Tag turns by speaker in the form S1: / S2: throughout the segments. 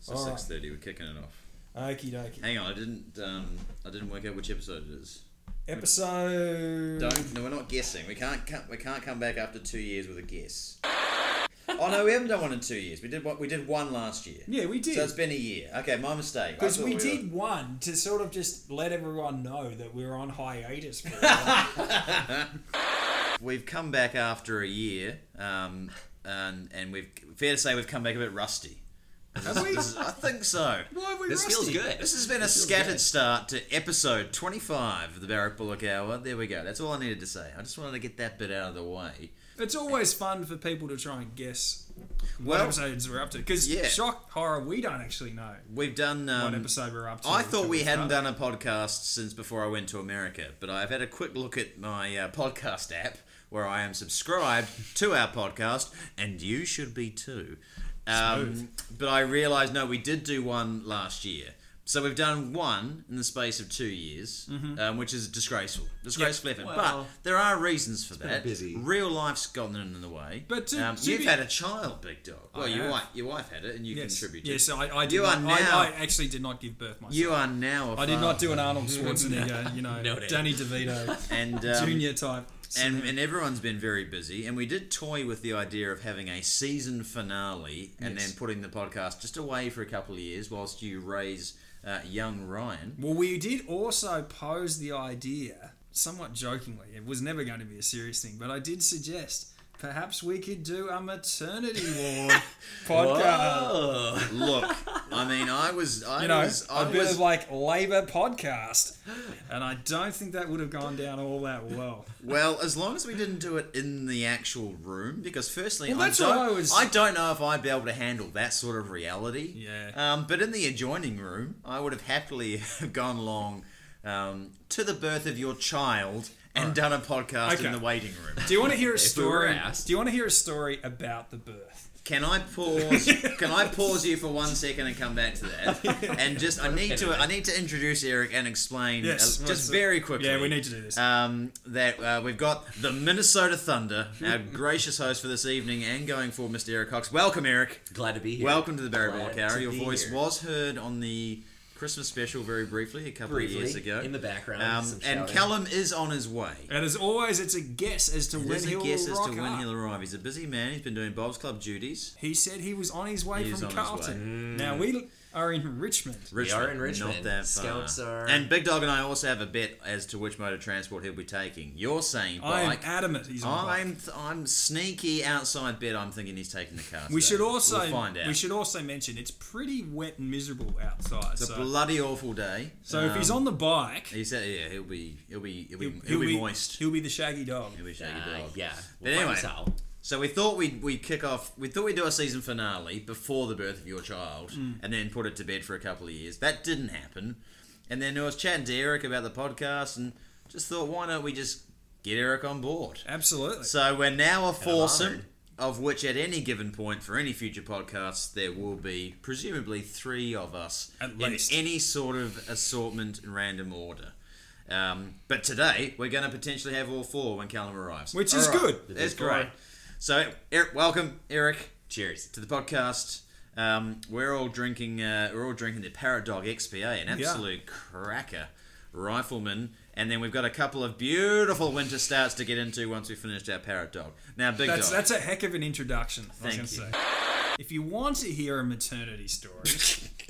S1: So
S2: All right.
S1: six thirty, we're kicking it off.
S2: Okie dokie.
S1: Hang on, I didn't um, I didn't work out which episode it is.
S2: Episode.
S1: Don't no, we're not guessing. We can't come, we can't come back after two years with a guess. oh no, we haven't done one in two years. We did one, we did one last year.
S2: Yeah, we did.
S1: So it's been a year. Okay, my mistake. I
S2: Because
S1: thought
S2: we
S1: were-
S2: did one to sort of just let everyone know that we were on hiatus for a while.
S1: We've come back after a year, um, and and we've fair to say we've come back a bit rusty.
S2: Have we?
S1: This is- I think so.
S2: Why are we
S3: This feels
S2: rusty?
S3: good.
S1: This has been a scattered start to episode 25 of the Barrack Bullock Hour. There we go. That's all I needed to say. I just wanted to get that bit out of the way.
S2: It's always fun for people to try and guess what
S1: Well,
S2: episodes we're up to. Because
S1: yeah.
S2: shock, horror, we don't actually know
S1: We've done.
S2: what
S1: Um,
S2: episode we're up to.
S1: I thought
S2: until
S1: we hadn't
S2: start.
S1: done a podcast since before I went to America, but I've had a quick look at my uh, podcast app where I am subscribed to our podcast, and you should be too. Um, but I realised, no, we did do one last year. So we've done one in the space of two years,
S2: Mm-hmm.
S1: um, which is disgraceful, disgraceful effort.
S3: Well-
S1: but there are reasons for that.
S3: busy.
S1: Real life's gotten in the way.
S2: But to-
S1: um,
S2: to
S1: you've
S2: be-
S1: had a child, big dog. Well, your
S2: have.
S1: wife, your wife had it, and you
S2: Yes,
S1: contributed.
S2: yes I, I did.
S1: You
S2: not,
S1: are
S2: I, I
S1: now-
S2: actually did not give birth myself.
S1: You are now. I
S2: I did not do an Arnold Schwarzenegger, you know,
S3: No, no.
S2: Danny DeVito,
S1: and um,
S2: junior type.
S1: and, and everyone's been very busy and we did toy with the idea of having a season finale and
S2: Yes.
S1: then putting the podcast just away for a couple of years whilst you raise uh, young ryan
S2: Well, we did also pose the idea, somewhat jokingly, it was never going to be a serious thing, but I did suggest perhaps we could do a maternity ward podcast.
S1: look i mean i was i
S2: You know,
S1: was i
S2: a bit
S1: was
S2: of like labour podcast, and I don't think that would have gone down all that well.
S1: well as long as we didn't do it in the actual room because firstly
S2: Well,
S1: I,
S2: that's
S1: don't,
S2: what I was-
S1: I don't know if i'd be able to handle that sort of reality
S2: Yeah.
S1: um, but in the adjoining room i would have happily gone along um, to the birth of your child and done a podcast
S2: Okay.
S1: in the waiting room
S2: Do you want to hear a
S3: If we were
S2: story?
S3: asked.
S2: do you want to hear a story about the birth?
S1: Can I pause? can I pause you for one second and come back to that? And just I need to I need to introduce Eric and explain uh,
S2: Yes,
S1: just
S2: what's-
S1: very quickly.
S2: Yeah, we need to do this.
S1: Um, that uh, we've got the Minnesota Thunder, our gracious host for this evening, and going forward, Mr. Eric Cox. Welcome, Eric.
S3: Glad to be here.
S1: Welcome to the Barry
S3: Glad
S1: Bullock
S3: to
S1: Hour. Your
S3: be
S1: voice
S3: here.
S1: was heard on the Christmas special very briefly a couple
S3: briefly
S1: of years ago.
S3: in the background.
S1: um,
S3: some
S1: and
S3: shouting.
S1: Callum is on his way.
S2: and as always, it's a guess as to when
S1: There's a
S2: he'll
S1: guess as
S2: rock
S1: to when
S2: up.
S1: he'll arrive. He's a busy man. He's been doing Bob's Club duties.
S2: He said he was on his way
S1: He is
S2: from
S1: on his way. Mm.
S2: Carlton. Now we are in Richmond.
S1: Richmond,
S3: are in Richmond.
S1: Not that far.
S3: Scouts are-
S1: And Big Dog and I also have a bet as to which mode of transport he'll be taking. You're saying
S2: I am
S1: bike.
S2: adamant he's on the bike.
S1: I'm I'm sneaky outside bet. I'm thinking he's taking the car.
S2: We
S1: today.
S2: should also
S1: we'll find out.
S2: we should also mention it's pretty wet and miserable outside.
S1: It's a
S2: so
S1: bloody awful day. Um,
S2: so if he's on the bike,
S1: he said, yeah, he'll be he'll be he'll be
S2: he'll,
S1: he'll,
S2: he'll
S1: be,
S2: be
S1: moist.
S2: He'll be the shaggy dog.
S1: He'll be
S3: Uh,
S1: shaggy dog.
S3: yeah.
S1: But
S3: find
S1: anyway.
S3: this out.
S1: So we thought we'd we kick off. We thought we'd do a season finale before the birth of your child,
S2: Mm.
S1: and then put it to bed for a couple of years. That didn't happen. And then I was chatting to Eric about the podcast, and just thought, why don't we just get Eric on board?
S2: Absolutely.
S1: So we're now a foursome,
S3: honoured.
S1: of which at any given point for any future podcasts there will be presumably three of us
S2: At
S1: in
S2: least.
S1: any sort of assortment and random order. Um, but today we're going to potentially have all four when Callum arrives,
S2: Which
S1: All
S2: is
S1: right.
S2: good.
S1: It's
S3: is
S1: great.
S3: fine.
S1: So, Eric, welcome, Eric,
S3: Cheers.
S1: to the podcast. Um, we're all drinking. Uh, we're all drinking the Parrot Dog XPA, an absolute cracker, Rifleman, and then we've got a couple of beautiful winter starts to get into once we finished our Parrot Dog. Now, big
S2: that's
S1: dog.
S2: that's a heck of an introduction. I was
S1: Thank
S2: gonna say. If you want to hear a maternity story,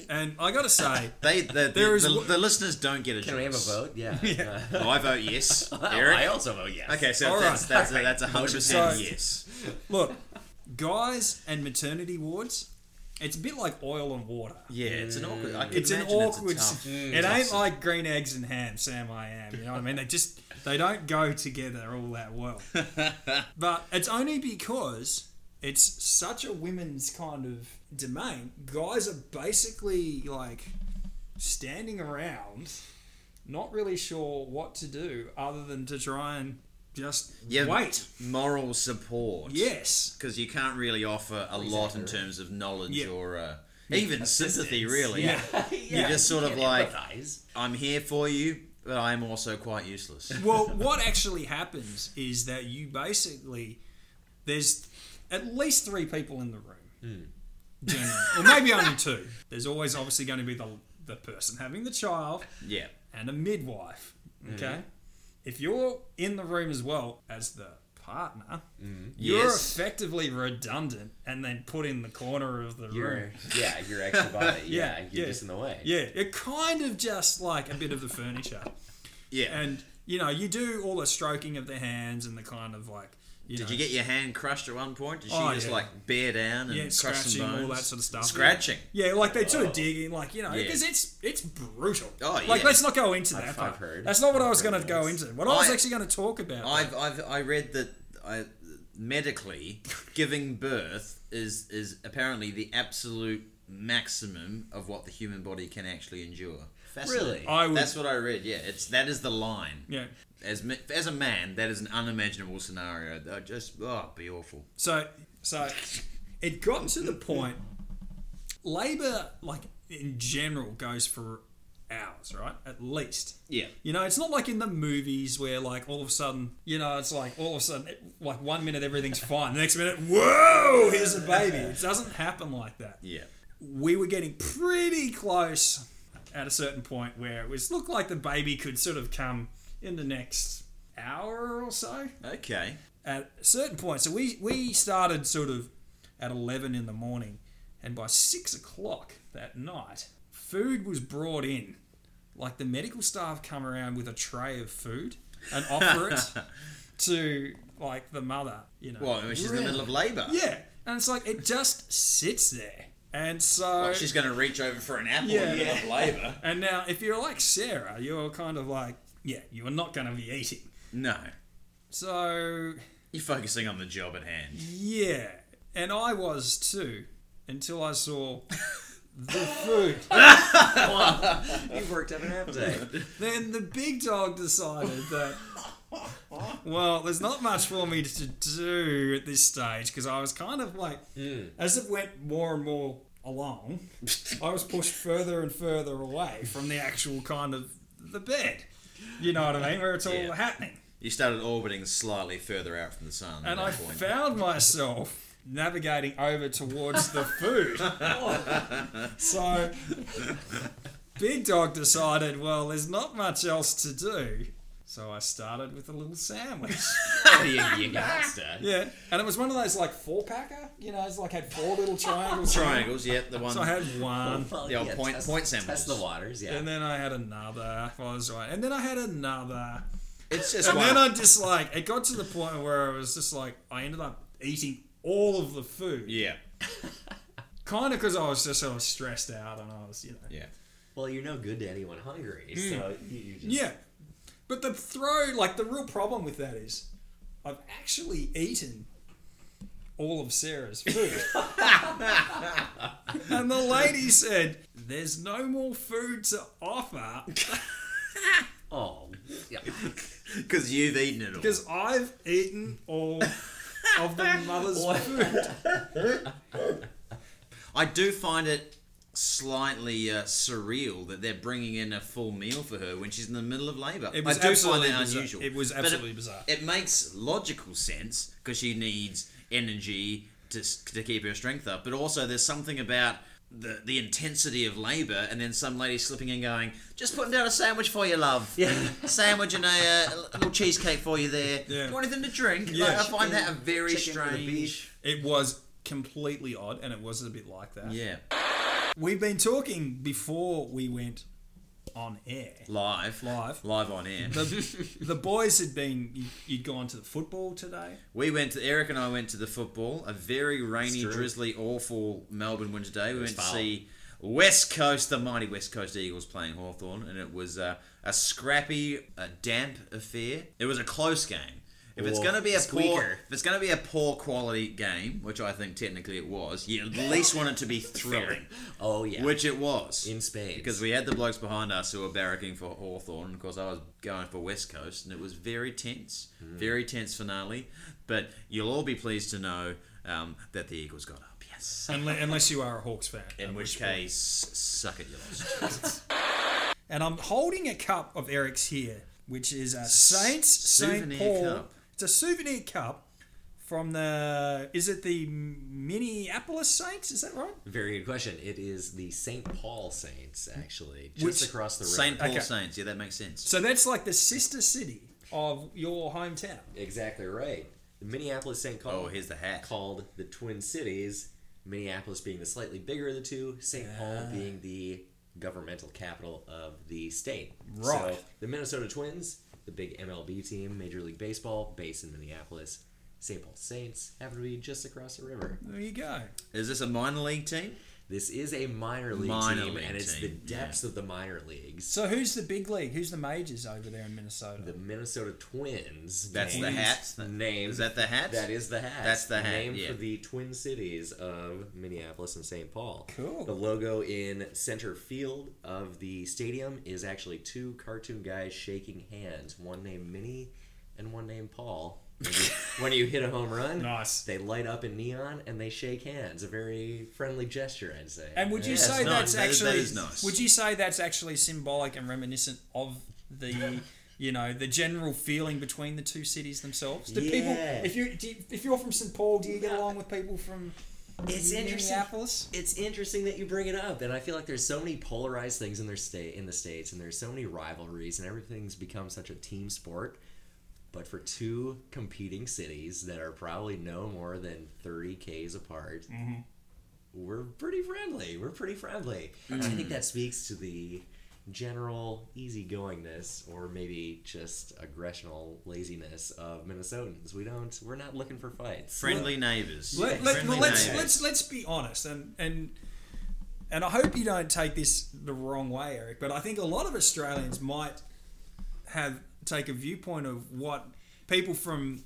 S2: and I got to say,
S1: they the,
S2: There
S1: the,
S2: is
S1: the,
S2: w-
S1: the listeners don't get a
S3: Can
S1: choice.
S3: we have a vote? Yeah. Uh,
S1: Oh, I vote yes,
S3: I
S1: Eric.
S3: also vote yes.
S1: Okay, so
S2: All
S1: that's
S2: right.
S1: that's a, that's a hundred percent
S2: Sorry.
S1: yes.
S2: look, guys and maternity wards, it's a bit like oil and water.
S1: Yeah, it's an awkward. I can
S2: it's an
S1: imagine
S2: awkward.
S1: It's a tough-
S2: s- Mm, it ain't like green eggs and ham, Sam. I am. You know what I mean? They just they don't go together all that well. but it's only because it's such a women's kind of domain. Guys are basically like standing around, not really sure what to do other than to try and just
S1: yeah,
S2: wait.
S1: moral support.
S2: Yes.
S1: because you can't really offer a lot in
S3: right.
S1: terms of knowledge
S2: Yeah.
S1: or uh, even sympathy. Really,
S2: Yeah.
S3: Yeah,
S1: You're just sort
S3: you
S1: of
S3: can't
S1: like-
S3: empathize.
S1: I'm here for you, but I'm also quite useless.
S2: well, what actually happens is that you basically there's at least three people in the room, generally, or maybe only two. There's always obviously going to be the the person having the child
S1: Yeah.
S2: and a midwife. Okay, if you're in the room as well as the partner, you're
S1: Yes.
S2: effectively redundant and then put in the corner of the room.
S3: You're, yeah, your extra body.
S2: Yeah,
S3: Yeah, you're
S2: yeah.
S3: just in the way.
S2: Yeah, you're kind of just like a bit of the furniture.
S1: Yeah.
S2: And you know, you do all the stroking of the hands and the kind of like you
S1: Did
S2: know,
S1: you get your hand crushed at one point? Did she
S2: Oh,
S1: just
S2: yeah.
S1: like bear down and
S2: Yeah,
S1: crush
S2: scratching,
S1: some bones?
S2: all that sort of stuff.
S1: Scratching. Oh.
S2: Yeah, like they do dig in, like you know,
S1: Yeah.
S2: because it's it's brutal.
S1: Oh,
S2: Like
S1: yeah.
S2: let's not go into that.
S3: I've
S2: part.
S3: heard.
S2: That's not what I
S3: I've
S2: was
S3: heard
S2: going to go
S3: this.
S2: into. What I was
S1: I-
S2: actually going to talk about.
S1: I've, I've I read that I, medically giving birth is is apparently the absolute maximum of what the human body can actually endure. Fascinating.
S3: Really?
S2: I would-
S1: That's what I read. Yeah, it's that is the line.
S2: yeah.
S1: As ma- as a man, that is an unimaginable scenario. That just oh, it'd be awful.
S2: So so it got to the point. Labor, like in general, goes for hours, right? At least.
S1: Yeah.
S2: You know, it's not like in the movies where, like, all of a sudden, you know, it's like all of a sudden, it- like one minute everything's fine, the next minute, whoa, here's a baby. It doesn't happen like that.
S1: Yeah.
S2: we were getting pretty close at a certain point where it was looked like the baby could sort of come in the next hour or so
S1: Okay.
S2: at a certain point so we we started sort of at 11 in the morning and by 6 o'clock that night food was brought in like the medical staff come around with a tray of food and offer it to like the mother you know
S1: Well, I mean, she's in the middle of labour.
S2: yeah and it's like it just sits there and so
S1: Like, Oh, she's going to reach over for an apple
S2: Yeah.
S1: in the middle of labour.
S2: And now, if you're like Sarah, you're kind of like, yeah, you are not going to be eating.
S1: No.
S2: So,
S1: You're focusing on the job at hand.
S2: yeah. And I was too, until I saw the food.
S3: You worked up an half day.
S2: then the big dog decided that, well, there's not much for me to do at this stage because I was kind of like, as it went more and more along, I was pushed further and further away from the actual kind of the bed. You know what I mean? Where it's all
S1: Yeah.
S2: happening.
S1: You started orbiting slightly further out from the sun. at
S2: and I
S1: that point.
S2: found myself navigating over towards the food. so Big Dog decided, well, there's not much else to do. So I started with a little sandwich.
S1: you, you bastard.
S2: Yeah. And it was one of those like four packer, you know, it's like had four little triangles.
S1: Triangles, yeah, the one.
S2: So I had one.
S3: Um, Well,
S1: The old point-
S3: test,
S1: point samples.
S3: Test the waters, yeah.
S2: And then I had another. Well, that's right. And then I had another.
S1: it's just
S2: And
S1: one.
S2: then I just like it got to the point where I was just like I ended up eating all of the food.
S1: yeah,
S2: kind of because I was just sort of stressed out and I was, you know.
S1: yeah.
S3: well, you're no good to anyone hungry,
S1: Hmm.
S3: so you, you just.
S2: Yeah. But the throw, like, the real problem with that is I've actually eaten all of Sarah's food. and the lady said, There's no more food to offer
S3: Oh, yeah.
S1: Because you've eaten it all.
S2: because I've eaten all of the mother's food.
S1: I do find it slightly uh, surreal that they're bringing in a full meal for her when she's in the middle of labour.
S2: It was
S1: I do find
S2: absolutely
S1: that
S2: bizarre.
S1: unusual.
S2: It was
S1: But
S2: absolutely
S1: it,
S2: bizarre.
S1: It makes logical sense because she needs energy to, s- to keep her strength up, but also there's something about the, the intensity of labour and then some lady slipping in going, just putting down a sandwich for you, love.
S3: Yeah.
S1: sandwich and a, uh, little cheesecake for you there.
S2: Yeah.
S1: Do you want anything to drink?
S2: Yeah.
S1: Like, I find that a very
S3: Chicken on the
S1: strange.
S3: beach.
S2: It was completely odd and it was a bit like that.
S1: Yeah.
S2: We've been talking before we went on air.
S1: Live.
S2: Live.
S1: Live on air.
S2: the, the boys had been you, you'd gone to the football today
S1: We went to Eric and I went to the football. A very rainy,
S3: true.
S1: drizzly, awful Melbourne winter day. We
S3: was
S1: went to
S3: foul.
S1: see West Coast, the mighty West Coast Eagles playing Hawthorn, and it was uh, a scrappy, a damp affair. It was a close game. If it's
S3: Or
S1: going to be a poor,
S3: squeaker.
S1: if it's going to be a poor quality game, which I think technically it was, you at least want it to be thrilling,
S3: Oh, yeah.
S1: which it was
S3: in Spain.
S1: because we had the blokes behind us who were barracking for Hawthorn. Of course, I was going for West Coast, and it was very tense, very tense finale. But you'll all be pleased to know um, that the Eagles got up, yes.
S2: unless, unless you are a hawks fan
S1: In
S2: At
S1: which
S2: point.
S1: case, suck it, you lost.
S2: and i'm holding a cup of eric's here which is a saints st
S1: souvenir
S2: paul
S1: cup.
S2: it's a souvenir cup from the is it the Minneapolis Saints? Is that right?
S4: Very good question. It is the St. Paul Saints, actually, just
S2: Which-
S4: across the river.
S1: St. Paul
S2: Okay.
S1: Saints. Yeah, that makes sense.
S2: So that's like the sister city of your hometown.
S4: Exactly right. The Minneapolis St. Paul.
S1: Oh, here's the hat.
S4: Called the Twin Cities. Minneapolis being the slightly bigger of the two, St.
S1: Ah.
S4: Paul being the governmental capital of the state.
S2: Right.
S4: So the Minnesota Twins, the big MLB team, Major League Baseball, based in Minneapolis. St. Paul Saints happen to be just across the river.
S2: There you go.
S1: Is this a minor league team?
S4: This is a minor league
S1: Minor
S4: team,
S1: league
S4: and it's
S1: team,
S4: the depths of the minor leagues.
S2: So who's the big league? Who's the majors over there in Minnesota?
S4: The Minnesota Twins.
S1: That's the
S4: named-
S1: hat.
S4: Named
S1: Is that the hat?
S4: That is the hat.
S1: That's the hat,
S4: Named
S1: yeah.
S4: for the twin cities of Minneapolis and St. Paul.
S2: Cool.
S4: The logo in center field of the stadium is actually two cartoon guys shaking hands. One named Minnie, and one named Paul. When you- when you hit a home run,
S2: Nice.
S4: They light up in neon and they shake hands. A very friendly gesture, I'd say.
S2: And would you
S1: Yeah,
S2: say
S1: it's nice.
S2: that's
S1: That is- that
S2: actually
S1: is nice.
S2: would you say that's actually symbolic and reminiscent of the you know the general feeling between the two cities themselves? Do people
S4: Yeah.
S2: if you, do you if you're from St Paul, do you get
S4: No.
S2: along with people from
S4: It's interesting.
S2: Minneapolis?
S4: it's interesting that you bring it up, and I feel like there's so many polarized things in their state in the states, and there's so many rivalries, and everything's become such a team sport. But for two competing cities that are probably no more than thirty k's apart,
S2: Mm-hmm.
S4: we're pretty friendly. We're pretty friendly. I
S2: Mm.
S4: think that speaks to the general easygoingness, or maybe just aggressional laziness of Minnesotans. We don't. We're not looking for fights.
S1: Friendly neighbours.
S2: Let, let,
S1: Friendly
S2: well, let's
S1: neighbours.
S2: let's let's be honest and and and I hope you don't take this the wrong way, Eric. But I think a lot of Australians might have take a viewpoint of what people from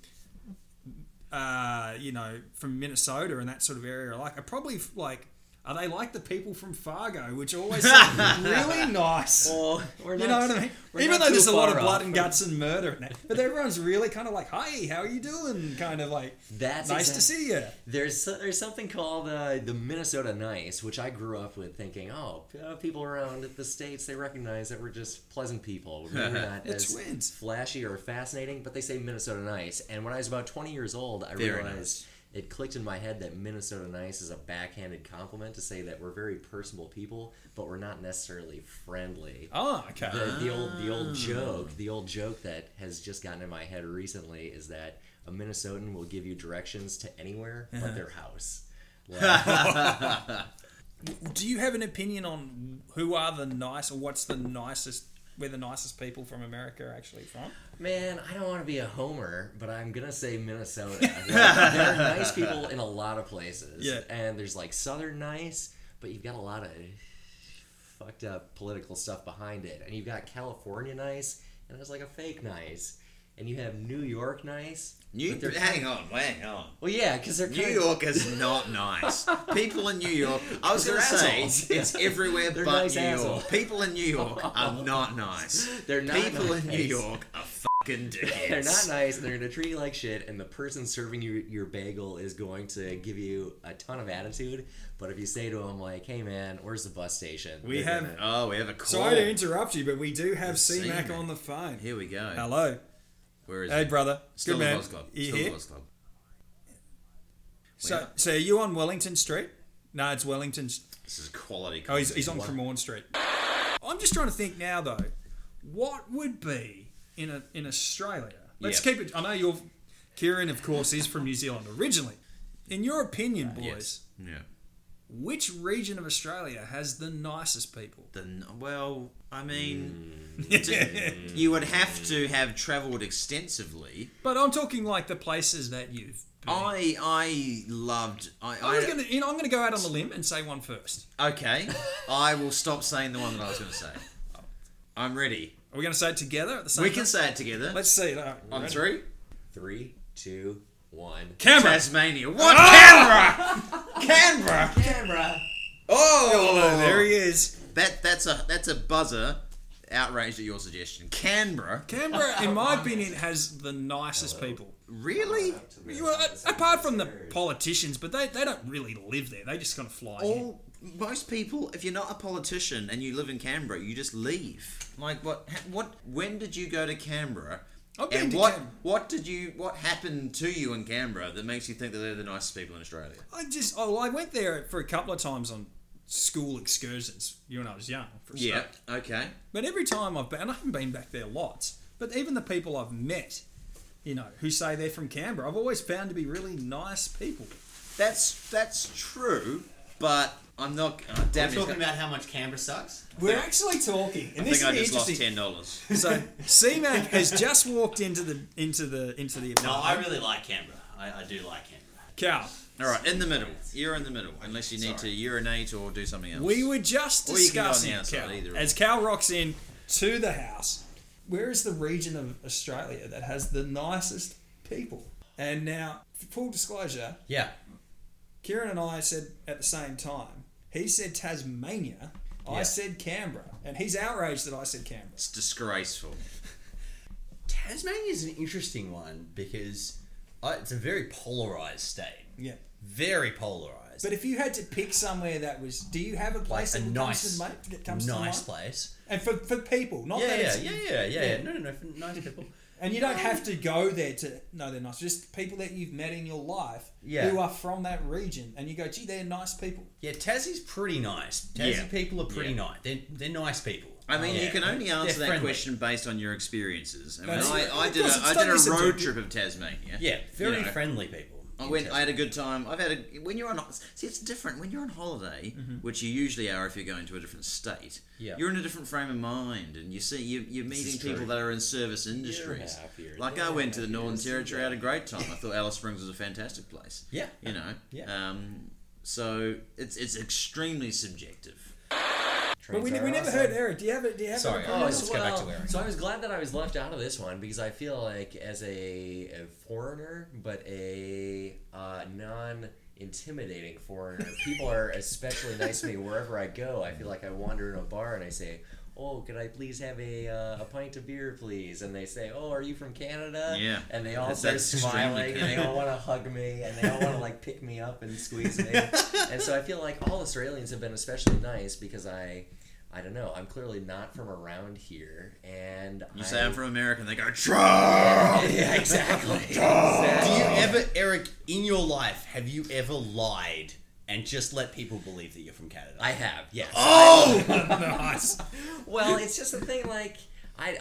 S2: uh, you know from Minnesota and that sort of area are like. Are probably like are they like the people from Fargo, which always sound really nice.
S4: Well, we're
S2: you know
S4: not-
S2: what I mean?
S4: we're
S2: Even
S4: not
S2: though
S4: too
S2: there's a lot
S4: far
S2: of blood
S4: off.
S2: and guts and murder in that, but everyone's really kind of like, "Hey, how are you doing?" Kind of like,
S4: That's
S2: nice
S4: exact-
S2: to see you."
S4: There's there's something called uh, the Minnesota Nice, which I grew up with thinking, oh, p- uh, people around the states they recognize that we're just pleasant people. We're not
S2: The
S4: as
S2: twins.
S4: flashy or fascinating, but they say Minnesota Nice. And when I was about 20 years old, I
S1: Very
S4: realized
S1: nice.
S4: it clicked in my head that Minnesota Nice is a backhanded compliment to say that we're very personable people, but we're not necessarily friendly
S2: Oh, okay.
S4: the, the old the old joke the old joke that has just gotten in my head recently is that a Minnesotan will give you directions to anywhere but their house. Like,
S2: Do you have an opinion on who are the nice or what's the nicest? Where the nicest people from America are actually from?
S4: man, I don't want to be a homer, but I'm gonna say Minnesota. Like, there are nice people in a lot of places,
S2: Yeah.
S4: and there's like Southern nice, but you've got a lot of fucked up political stuff behind it, and you've got California nice, and there's like a fake nice, and you have New York nice.
S1: New,
S4: but they're
S1: hang on, hang on.
S4: Well, yeah, because they're
S1: New
S4: kinda-
S1: York is not nice. People in New York, I was
S4: They're
S1: going to say,
S4: assholes.
S1: it's everywhere
S4: They're
S1: but
S4: nice
S1: New
S4: assholes.
S1: York. People in New York are not nice.
S4: They're not
S1: People in New
S4: nice.
S1: York are fucking dickheads.
S4: They're not nice, and they're gonna treat you like shit. And the person serving you your bagel is going to
S3: Mm.
S4: give you a ton of attitude. But if you say to them like, "Hey man, where's the bus station?"
S2: We
S4: They're
S2: have-
S4: gonna-
S1: Oh, we have a call.
S2: Sorry to interrupt you, but we do have
S1: C-Mac.
S2: C-Mac on the phone.
S1: Here we go.
S2: Hello.
S1: Where is
S2: Hey,
S1: it?
S2: brother.
S1: Still
S2: Good
S1: the
S2: man.
S1: Lost Club.
S2: Are you
S1: Still the
S2: here?
S1: Lost Club.
S2: So, so are you on Wellington Street? No, it's Wellington. St-
S1: This is quality.
S2: Oh, he's, he's on
S1: content.
S2: Cremorne Street. I'm just trying to think now, though. What would be in a, in Australia? Let's
S1: Yeah.
S2: keep it. I know you're Kieran, of course, is from New Zealand originally. In your opinion,
S1: Uh,
S2: boys,
S1: Yes. Yeah.
S2: which region of Australia has the nicest people?
S1: Then well,
S4: Hmm.
S1: I mean, to- you would have to have travelled extensively.
S2: But I'm talking like the places that you've. Been.
S1: I I loved. I,
S2: I was
S1: I
S2: gonna, you know, I'm gonna go out on the limb and say one first.
S1: Okay, I will stop saying the one that I was going to say. I'm ready.
S2: Are we gonna say it together at the same
S1: We
S2: time?
S1: can say it together.
S2: Let's see. All right, you
S1: On
S2: ready?
S1: three.
S4: Three, two, one.
S2: Canberra.
S1: Tasmania. What?
S2: Ah!
S1: Canberra. Canberra.
S4: Camera.
S1: Oh,
S2: There he is.
S1: That that's a that's a buzzer. Outraged at your suggestion. Canberra.
S2: Canberra, in
S1: Oh.
S2: my opinion, has the nicest people.
S1: Really?
S2: You are, apart from the politicians, but they, they don't really live there. They just kind of fly. in.
S1: All most people, if you're not a politician and you live in Canberra, you just leave. Like what? ha- What? When did you go to Canberra
S2: I've been
S1: And
S2: to
S1: what
S2: Canberra.
S1: what did you what happened to you in Canberra that makes you think that they're the nicest people in Australia?
S2: I just oh, well, I went there for a couple of times on school excursions. You and I was young, for a
S1: Yeah.
S2: start.
S1: Okay.
S2: But every time I've been, and I haven't been back there lots, but even the people I've met, you know, who say they're from Canberra, I've always found to be really nice people.
S1: That's that's true, but I'm not. Oh,
S5: We're
S1: damn it,
S5: talking
S1: I
S5: about how much Canberra sucks.
S2: We're actually talking, and
S1: think I just lost ten dollars.
S2: So CMAC has just walked into the into the into the
S5: No, I
S2: apartment.
S5: really like Canberra. I, I do like Canberra.
S2: Cal,
S1: All right, in the middle. You're in the middle, unless you need to urinate or do something else.
S2: we were just
S1: Or you can go on the
S2: discussing
S1: outside,
S2: Cal
S1: either or.
S2: as Cal rocks in to the house. Where is the region of Australia that has the nicest people? And now, for full disclosure,
S3: Yeah.
S2: Kieran and I said at the same time. He said Tasmania. I
S3: Yeah.
S2: said Canberra, and he's outraged that I said Canberra.
S1: It's disgraceful.
S5: Tasmania
S3: It's an interesting one because uh, it's a very polarized state.
S2: Yeah.
S3: Very polarized.
S2: But if you had to pick somewhere that was, do you have a place
S3: like a
S2: that
S3: nice,
S2: comes to mind? That comes
S3: nice
S2: to mind?
S3: place.
S2: And for, for people, not
S3: Yeah,
S2: that
S3: yeah,
S2: it's,
S3: yeah, yeah, yeah,
S2: yeah.
S3: yeah. No, no, no. For nice people.
S2: And you don't have to go there to know they're nice. Just people that you've met in your life
S3: Yeah.
S2: who are from that region, and you go, gee, they're nice people.
S3: Yeah, Tassie's pretty nice. Tassie
S1: Yeah.
S3: people are pretty
S1: Yeah.
S3: nice. They're, they're nice people.
S1: I mean, you
S3: Yeah.
S1: can only
S3: They're
S1: answer that
S3: friendly.
S1: question based on your experiences. I mean,
S2: That's-
S1: I, I
S2: of
S1: did a,
S2: course, it's
S1: I
S2: not
S1: did a road
S2: misinterpreted.
S1: trip of Tasmania.
S3: Yeah, very
S1: You know,
S3: friendly people.
S1: I went. I had a good time. I've had a when you're on. See, it's different when you're on holiday, which you usually are if you're going to a different state.
S3: Mm-hmm. Yeah.
S1: you're in a different frame of mind, and you see you, you're meeting
S3: is
S1: people
S3: true.
S1: that are in service industries.
S3: happier.
S1: Like I
S3: You're
S1: went to the
S3: happier.
S1: Northern
S3: It's
S1: Territory, I
S3: okay.
S1: had a great time. I thought Alice Springs was a fantastic place.
S3: Yeah.
S1: you know.
S3: Yeah.
S1: Um, so it's it's extremely subjective.
S2: But we, we never heard Eric. Do you have it? Do you have a-
S3: Sorry,
S2: do you
S3: oh,
S2: have a-
S3: let's go back to Eric.
S4: So I was glad that I was left out of this one because I feel like as a, a foreigner, but a uh, non-intimidating foreigner, people are especially nice to me wherever I go. I feel like I wander in a bar and I say, "Oh, could I please have a uh, a pint of beer, please?" And they say, "Oh, are you from Canada?"
S1: Yeah.
S4: And they all
S1: That's-
S4: start
S1: that's extremely
S4: smiling and they all want to hug me and they all want to like pick me up and squeeze me. and so I feel like all Australians have been especially nice because I. I don't know. I'm clearly not from around here, and
S1: You
S4: I,
S1: say I'm from America, and they go Trump.
S4: yeah, exactly.
S3: Do
S4: exactly.
S3: you ever, Eric, in your life, have you ever lied and just let people believe that you're from Canada?
S4: I have, yes.
S3: Oh!
S2: nice.
S4: Well, it's just a thing like I,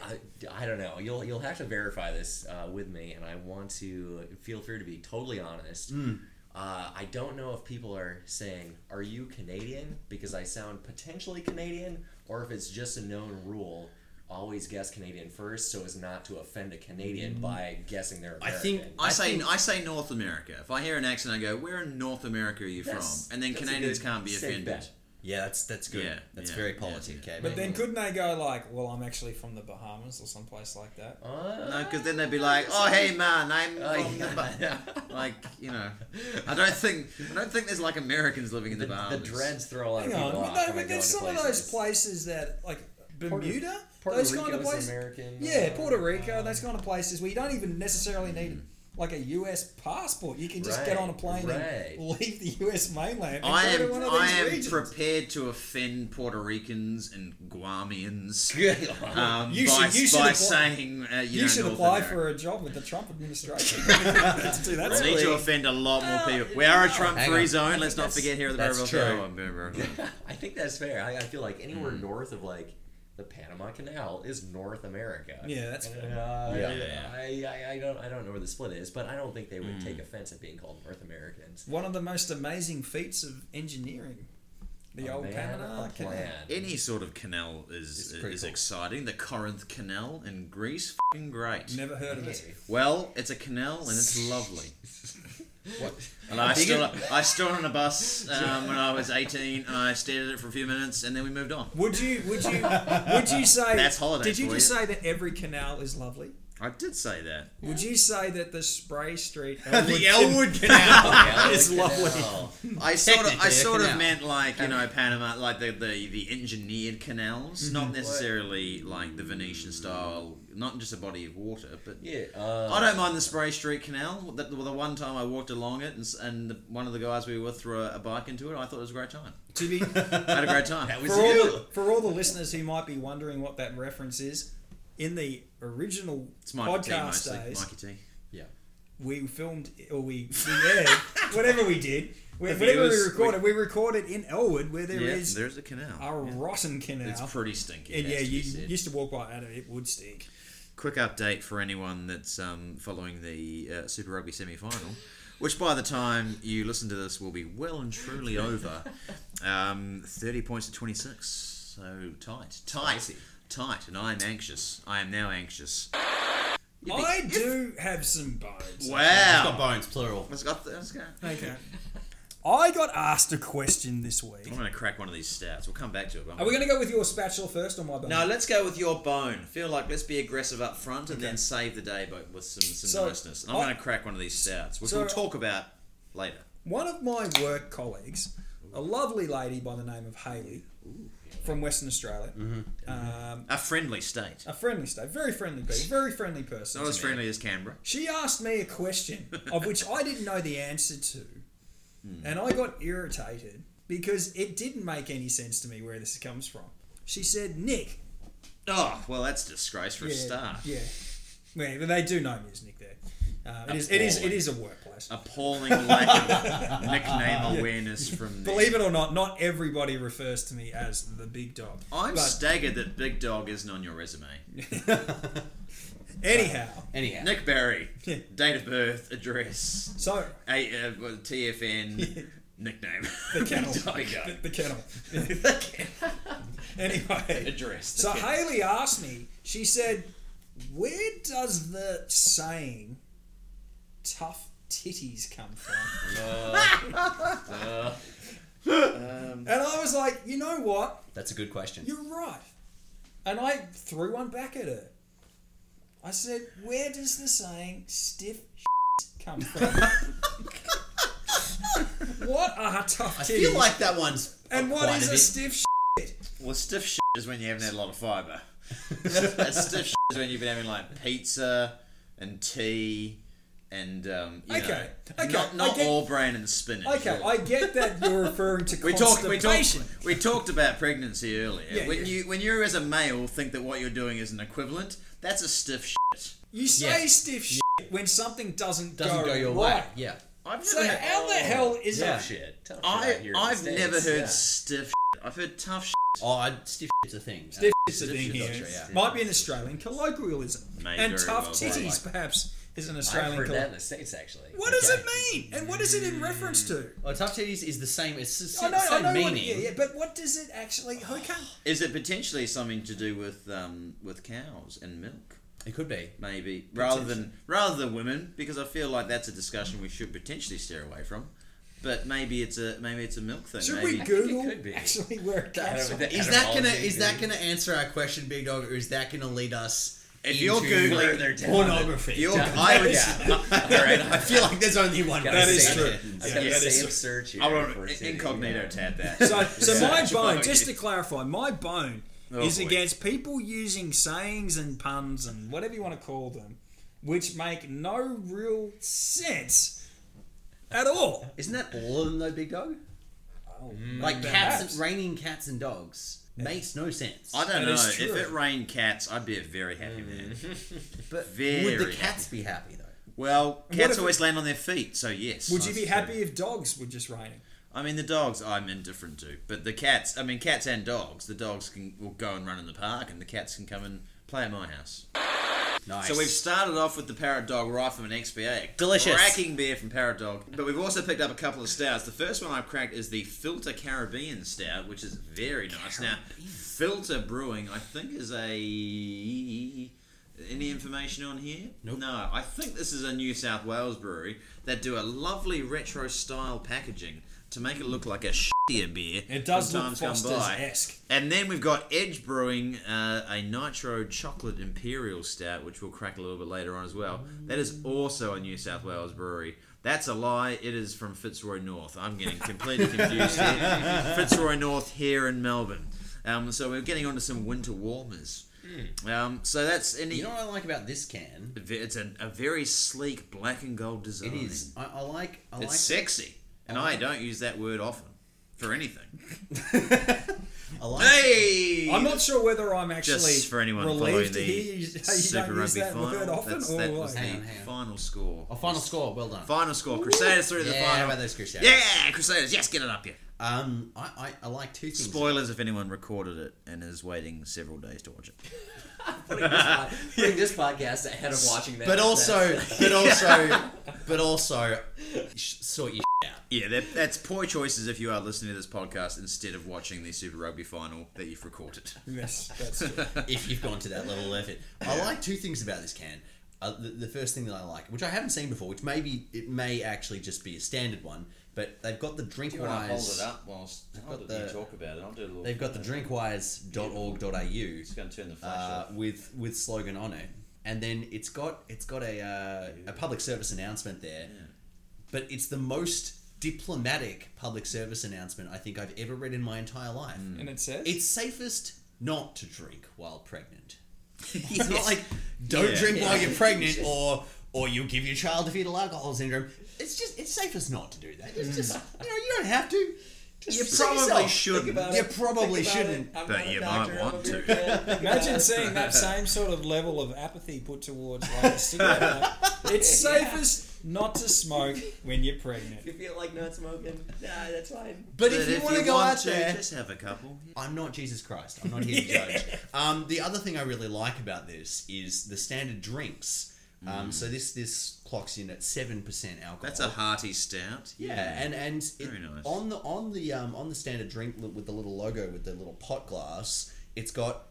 S4: I, I don't know. You'll you'll have to verify this uh, with me, and I want to feel free to be totally honest.
S3: Hmm.
S4: Uh, I don't know if people are saying, "Are you Canadian?" because I sound potentially Canadian, or if it's just a known rule. Always guess Canadian first, so as not to offend a Canadian by guessing they're
S3: Hmm. I
S4: American.
S3: think
S1: I, say I say North America. If I hear an accent, I go, "Where in North America are you
S4: That's-
S1: from?" And then
S4: that's a
S1: Canadians
S4: good
S1: can't be
S4: safe
S1: offended.
S4: bet.
S3: Yeah, that's that's good.
S1: Yeah,
S3: that's
S1: yeah,
S3: very
S1: yeah,
S3: politic.
S1: yeah.
S3: Okay,
S2: But then couldn't they go like, well, I'm actually from the Bahamas or someplace like that?
S4: Uh,
S1: No, because then they'd be like, "Oh, hey man, I'm
S4: Oh,
S1: from the Bah-"
S4: yeah.
S1: like you know." I don't think I don't think there's like Americans living in the,
S4: the,
S1: Bahamas.
S4: the dreads throw a lot of
S2: Hang
S4: people
S2: on, but,
S4: off. when
S2: no,
S4: they
S2: but
S4: go
S2: there's
S4: into
S2: some of
S4: places.
S2: those places that like Bermuda,
S4: Puerto
S2: those
S4: Rico
S2: kind of
S4: is
S2: places.
S4: American.
S2: yeah,
S4: uh,
S2: Puerto Rico, those kind of places where you don't even necessarily need like a U.S. passport. You can just get
S4: Hmm.
S2: on
S4: Right,
S2: a plane
S4: right.
S2: and leave the U.S. mainland. And
S1: I
S2: go
S1: am
S2: to one of
S1: I
S2: these
S1: am
S2: regions.
S1: prepared to offend Puerto Ricans and Guamians um,
S2: You
S1: by,
S2: should- you should
S1: by
S2: apply-
S1: saying uh, you,
S2: You
S1: know,
S2: should
S1: North
S2: apply
S1: America.
S2: for a job with the Trump administration. Let's do that.
S1: We need to offend a lot more people. We are a
S3: Hang
S1: Trump-free
S3: on.
S1: zone. Let's not
S4: that's-
S1: forget here at the
S3: that's
S1: Barrel
S3: true.
S1: Oh, I'm very, very-
S4: I think that's fair. I, I feel like anywhere north of like the Panama Canal is North America.
S2: Yeah, that's
S4: Uh,
S2: fair.
S1: Yeah.
S4: I, I, I don't I don't know where the split is, but I don't think they would take offense at being called North Americans.
S2: One of the most amazing feats of engineering. The
S4: A
S2: old
S4: man,
S2: Panama
S4: a
S2: Canal.
S4: plan.
S1: Any sort of canal is uh,
S3: It's pretty
S1: is
S3: cool.
S1: exciting. The Corinth Canal in Greece, fing great.
S2: Never heard of it.
S1: Well, it's a canal and it's lovely. And I
S3: Dig
S1: still, I stole on a bus um, when I was 18 and I stared at it for a few minutes and then we moved on.
S2: Would you? Would you? would you say?
S1: That's holiday
S2: Did you
S1: for
S2: just
S1: you.
S2: say that every canal is lovely?
S1: I did say that.
S2: Would you say that the Spray Street
S3: the
S2: Elwood
S3: Elwood Canal.
S2: is lovely?
S1: I sort of, I
S3: Technically a
S1: sort of
S3: canal.
S1: meant like you know Panama, like the the, the engineered canals,
S3: Mm-hmm.
S1: not necessarily like the Venetian style, not just a body of water, but
S4: Yeah. Uh,
S1: I don't mind the Spray Street Canal. The, the one time I walked along it, and, s- and the, one of the guys we were with threw a, a bike into it. I thought it was a great time.
S2: To be for
S1: I had a great time.
S3: That was
S2: all
S3: you.
S2: the, for all the listeners who might be wondering what that reference is, in the original
S1: It's Mikey T
S2: podcast
S1: mostly.
S2: days,
S1: Mikey T.
S3: Yeah.
S2: we filmed or we, we aired whatever we did. We,
S1: The
S2: whatever we
S1: viewers,
S2: recorded, we, recorded in Elwood where there
S1: yeah,
S2: is
S1: there's a canal.
S2: a rotten canal.
S1: It's pretty stinky.
S2: and
S1: it
S2: yeah,
S1: has to be
S2: you
S1: said.
S2: used to walk by it and it would stink.
S1: Quick update for anyone that's um, following the uh, Super Rugby semi final, which by the time you listen to this will be well and truly over. Um, 30 points to 26. So tight. Tight. Tight. And I'm anxious. I am now anxious.
S2: I do have some bones.
S5: It's got
S1: Wow.
S5: bones, plural.
S1: It's got- it's got-
S2: Okay. I got asked a question this week.
S1: I'm going to crack one of these stats. We'll come back to it. but I'm
S2: Are we going to go with your spatula first or my bone?
S1: No, let's go with your bone. Feel like let's be aggressive up front and then save the day but with some, some
S2: So,
S1: niceness. I'm
S2: I-
S1: going to crack one of these stouts, which
S2: So-
S1: we'll talk about later.
S2: One of my work colleagues, a lovely lady by the name of Haley from Western Australia,
S1: Mm-hmm.
S2: um,
S1: A friendly state.
S2: a friendly state, very friendly people, very friendly person.
S1: Not
S2: to
S1: as
S2: me.
S1: friendly as Canberra.
S2: She asked me a question of which I didn't know the answer to,
S1: Hmm.
S2: and I got irritated because it didn't make any sense to me where this comes from. She said, Nick.
S1: Oh, well, that's disgrace for
S2: yeah,
S1: a start.
S2: Yeah. Yeah, but they do know me as Nick there. Um, it, is, it, is, it is a workplace.
S1: Appalling lack of nickname awareness from. the-
S2: Believe it or not, not everybody refers to me as the big dog.
S1: I'm
S2: But-
S1: staggered that Big Dog isn't on your resume.
S2: Anyhow,
S5: Anyhow,
S1: Nick Barry,
S2: Yeah.
S1: date of birth, address,
S2: so
S1: a, uh, well, TFN, nickname.
S2: the kennel,
S1: There we go.
S2: the, the kennel. anyway,
S1: address.
S2: so
S1: the kennel.
S2: Haley asked me. She said, "Where does the saying tough titties come from?"
S1: Uh,
S2: and I was like, "You know what?
S3: That's a good question.
S2: You're right." And I threw one back at her. I said, "Where does the saying stiff come from?" What are tough titties?
S5: I feel like that one's.
S2: And what
S5: quite
S2: is
S5: bit-
S2: a stiff sh-
S1: Well, stiff shit is when you haven't had a lot of fibre. That stiff shit is when you've been having like pizza and tea and um, you
S2: Okay,
S1: know,
S2: okay,
S1: not,
S2: I
S1: not
S2: get-
S1: all brain and spinach.
S2: Okay, I get that you're referring to
S1: we talked, we talked,
S2: constipation.
S1: we talked about pregnancy earlier.
S2: Yeah,
S1: when
S2: yeah.
S1: you, when you as a male think that what you're doing is an equivalent, that's a stiff shit.
S2: You say stiff shit when something doesn't,
S3: Doesn't go, your way.
S2: right.
S3: Yeah.
S1: I've
S2: So how the hell is
S3: Tough
S2: that?
S3: shit. Tough shit out
S1: I,
S3: here in the
S1: I've
S3: States.
S1: never heard
S3: Yeah.
S1: stiff. Shit. I've heard tough. Shit.
S5: Oh, I, stiff shit's a thing.
S2: Stiff shit's a thing
S1: shit's
S2: here.
S1: culture, yeah.
S2: Might be an Australian colloquialism.
S1: May
S2: and
S1: very
S2: tough
S1: well be.
S2: titties, perhaps, is an
S3: I've
S2: Australian
S3: heard that
S2: colloquialism.
S3: in the States actually.
S2: What does it mean? And what is it in reference to?
S5: Oh, tough titties is the same. It's the
S2: I
S5: same,
S2: know, I
S5: same
S2: know
S5: meaning.
S2: what it is, yeah, but what does it actually... Who can
S1: Is it potentially something to do with um, with cows and milk?
S5: It could be.
S1: maybe rather than rather than women because I feel like that's a discussion we should potentially steer away from. But maybe it's a maybe it's a milk thing.
S2: Should
S1: maybe.
S2: we Google
S3: could be.
S2: actually where it comes from?
S5: Is that gonna
S3: Etymology,
S5: is that gonna answer our question, Big Dog, or is that gonna lead us?
S1: If you're
S5: into
S1: Googling, they're down.
S5: pornography.
S1: You're, I would.
S5: I feel like there's only one.
S3: Gotta
S5: way to
S2: is
S5: say
S3: save
S2: true.
S3: it. I've got
S1: Yeah, that
S3: a
S1: is
S3: save
S1: true.
S3: search here.
S1: I want
S3: for
S1: to
S3: titty.
S1: incognito
S3: Yeah.
S1: tab that.
S2: So, so my
S1: Search
S2: bone,
S1: for-
S2: just to clarify, my bone
S1: Oh,
S2: is
S1: boy.
S2: against people using sayings and puns and whatever you want to call them, which make no real sense at all.
S5: Isn't that all of them though, Big Dog? Oh,
S1: Mm.
S5: Like cats, and, raining cats and dogs makes no sense.
S1: I don't
S2: That
S1: know.
S2: is
S1: If
S2: true.
S1: it rained cats, I'd be a very happy man.
S5: but
S1: Very
S5: would the cats be happy though?
S1: Well,
S2: if
S1: cats
S2: it-
S1: always land on their feet, so yes.
S2: Would you be happy if dogs were just raining?
S1: I mean, the dogs I'm indifferent to, but the cats. I mean, cats and dogs. The dogs can will go and run in the park, and the cats can come and play at my house.
S5: Nice.
S1: So we've started off with the Parrot Dog right from an XBA.
S5: Delicious.
S1: Cracking beer from Parrot Dog. But we've also picked up a couple of stouts. The first one I've cracked is the Filter Caribbean Stout, which is very nice. Now, Filter Brewing, I think, is a. Any information on here?
S5: Nope.
S1: No, I think this is a New South Wales brewery that do a lovely retro style packaging to make it look like a shittier beer.
S2: It does
S1: from
S2: look
S1: times gone
S2: Foster's
S1: by.
S2: esque.
S1: And then we've got Edge Brewing, uh, a nitro chocolate imperial stout, which we'll crack a little bit later on as well. That is also a New South Wales brewery. That's a lie. It is from Fitzroy North. I'm getting completely confused here. Fitzroy North here in Melbourne. Um, so we're getting onto some winter warmers. Um, so that's any.
S5: Hmm. You know what I like about this can?
S1: it's a, a very sleek black and gold design.
S5: It is. I, I like. I
S1: It's
S5: like.
S1: sexy, and I don't use that word often for anything.
S5: I like.
S1: Hey! rugby.
S2: I'm not sure whether I'm actually
S1: Just for anyone following
S2: relieved to
S1: the
S2: hear you, you
S1: Super
S2: don't use
S1: Rugby
S2: that
S1: final.
S2: word often,
S1: That's,
S2: or
S1: that
S2: like,
S1: was the
S5: Hang on, hang on.
S1: final score.
S5: Oh, final score. Well done.
S1: Final score. Crusaders through the
S5: yeah, how
S1: final.
S5: about those Chris?
S1: Yeah, Crusaders. Yes, get it up here.
S5: Um, I, I, I like two things.
S1: Spoilers if anyone recorded it and is waiting several days to watch it.
S4: putting this, pod- putting this podcast ahead of watching that.
S5: But also, but also, but also, sh- sort your
S1: Yeah, that, that's poor choices if you are listening to this podcast instead of watching the Super Rugby final that you've recorded.
S2: yes, that's true.
S5: if you've gone to that level of effort. I like two things about this can. Uh, the, the first thing that I like, which I haven't seen before, which maybe it may actually just be a standard one, but they've got the drinkwise.
S1: up whilst
S5: I'll got let you the- talk
S1: about it? I'll do a little.
S5: They've got the drinkwise.org.au
S1: going to turn the
S5: uh, with with slogan on it, and then it's got it's got a uh, a public service announcement there, but it's the most diplomatic public service announcement I think I've ever read in my entire life.
S1: Mm.
S2: and it says
S5: It's safest not to drink while pregnant. It's not like don't
S1: Yeah.
S5: drink while you're pregnant or or you give your child the fetal alcohol syndrome. It's just it's safest not to do that. It's just you know you don't have to. Just
S1: You
S5: suit
S1: Mm. probably shouldn't. Think
S5: yourself.
S1: about
S5: You probably shouldn't.
S1: But you might want to.
S2: Imagine seeing that same sort of level of apathy put towards like a cigarette. Like, it's safest not to smoke when you're pregnant.
S4: you feel like not smoking, nah, that's fine.
S5: But if you want to go out there,
S1: just have a couple.
S5: I'm not Jesus Christ. I'm not here to judge. Um, the other thing I really like about this is the standard drinks. Um, So this this clocks in at seven percent alcohol.
S1: That's a hearty stout.
S5: Yeah, and and it,
S1: Very nice.
S5: on the on the um, on the standard drink li- with the little logo with the little pot glass, it's got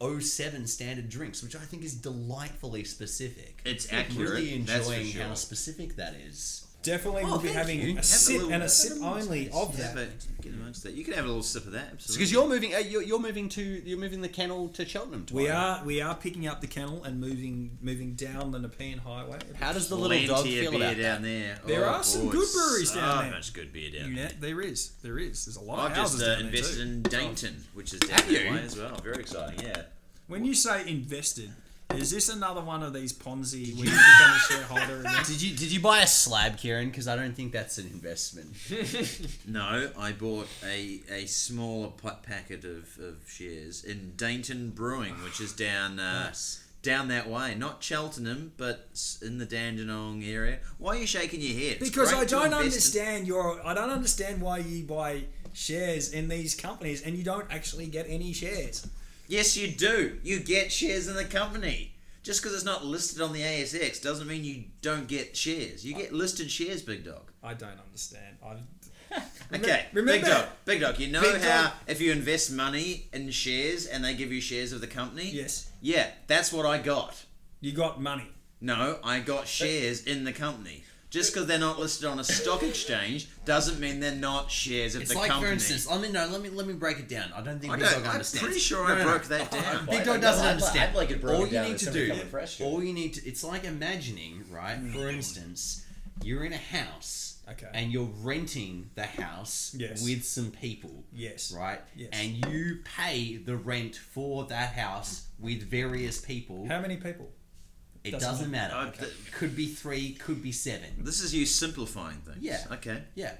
S5: 2.07 standard drinks, which I think is delightfully specific.
S1: It's
S5: I'm
S1: accurate.
S5: Really
S1: that's for
S5: enjoying
S1: sure.
S5: how specific that is.
S2: Definitely
S5: Oh,
S2: will be
S5: thank
S2: having
S5: you.
S2: a
S5: Have a
S2: sip
S1: little-
S2: and a
S1: have
S2: sip
S1: a
S2: only of
S1: Yeah,
S2: that.
S1: but get amongst that. You can have a little sip of that. Absolutely.
S5: Because you're moving, uh, you're, you're moving to you're moving the kennel to Cheltenham.
S2: we
S5: tomorrow.
S2: are we are picking up the kennel and moving moving down the Nepean Highway.
S5: How does the little dog
S1: Plenty of
S5: feel about
S1: beer
S5: that?
S1: down there.
S2: There
S1: Oh,
S2: are some
S1: boy,
S2: good breweries
S1: so
S2: down there.
S1: much good beer down
S2: Yeah,
S1: there.
S2: there is, there is. There's a lot
S1: I've
S2: of
S1: just
S2: houses
S1: uh,
S2: down there
S1: invested
S2: too. Oh.
S1: in Dainton, which is down that way as well. Very exciting. Yeah.
S2: When you say invested, is this another one of these Ponzi where you become a shareholder? And
S5: Did you did you buy a slab, Kieran? Because I don't think that's an investment.
S1: No, I bought a, a smaller pa- packet of, of shares in Dainton Brewing, which is down uh,
S5: Nice.
S1: down that way, not Cheltenham, but s- in the Dandenong area. Why are you shaking your head? It's
S2: because
S1: great
S2: I
S1: to
S2: don't
S1: invest in-
S2: understand your I don't understand why you buy shares in these companies and you don't actually get any shares.
S1: Yes, you do. You get shares in the company. Just because it's not listed on the ASX doesn't mean you don't get shares. You get listed shares, Big Dog.
S2: I don't understand. I
S1: Okay,
S2: remember-
S1: Big Dog. Big Dog, you know
S2: Big
S1: how
S2: Dog-
S1: if you invest money in shares and they give you shares of the company?
S2: yes,
S1: Yeah, that's what I got.
S2: you got money.
S1: No, I
S5: Uh,
S1: got shares in the company. Just because they're not listed on a stock exchange doesn't mean they're not shares of
S5: It's
S1: the
S5: like,
S1: company.
S5: for instance, let me no, let me let me break it down. I don't think
S1: I
S5: Big
S1: don't,
S5: Dog
S1: I'm
S5: understands.
S1: pretty sure
S5: No,
S1: I
S5: no, no.
S1: broke that down.
S5: Big
S4: Like,
S5: Dog
S4: I'd
S5: doesn't
S4: like-
S5: understand.
S4: I'd like it broken
S5: all you
S4: down
S5: need
S4: to
S5: to
S4: something
S5: do,
S4: coming fresh to
S5: all you need to, it's like imagining, right?
S1: Mm.
S5: For instance, you're in a house,
S2: Okay.
S5: and you're renting the house
S2: Yes.
S5: with some people,
S2: Yes.
S5: right?
S2: Yes.
S5: And you pay the rent for that house with various people.
S2: How many people?
S5: it
S2: doesn't
S5: doesn't, matter.
S1: Oh, th-
S5: could be three, could be seven.
S1: This is you simplifying things.
S5: Yeah.
S1: Okay.
S5: Yeah,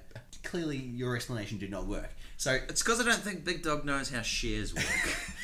S5: clearly your explanation did not work. So.
S1: It's because I don't think Big Dog knows how shares work.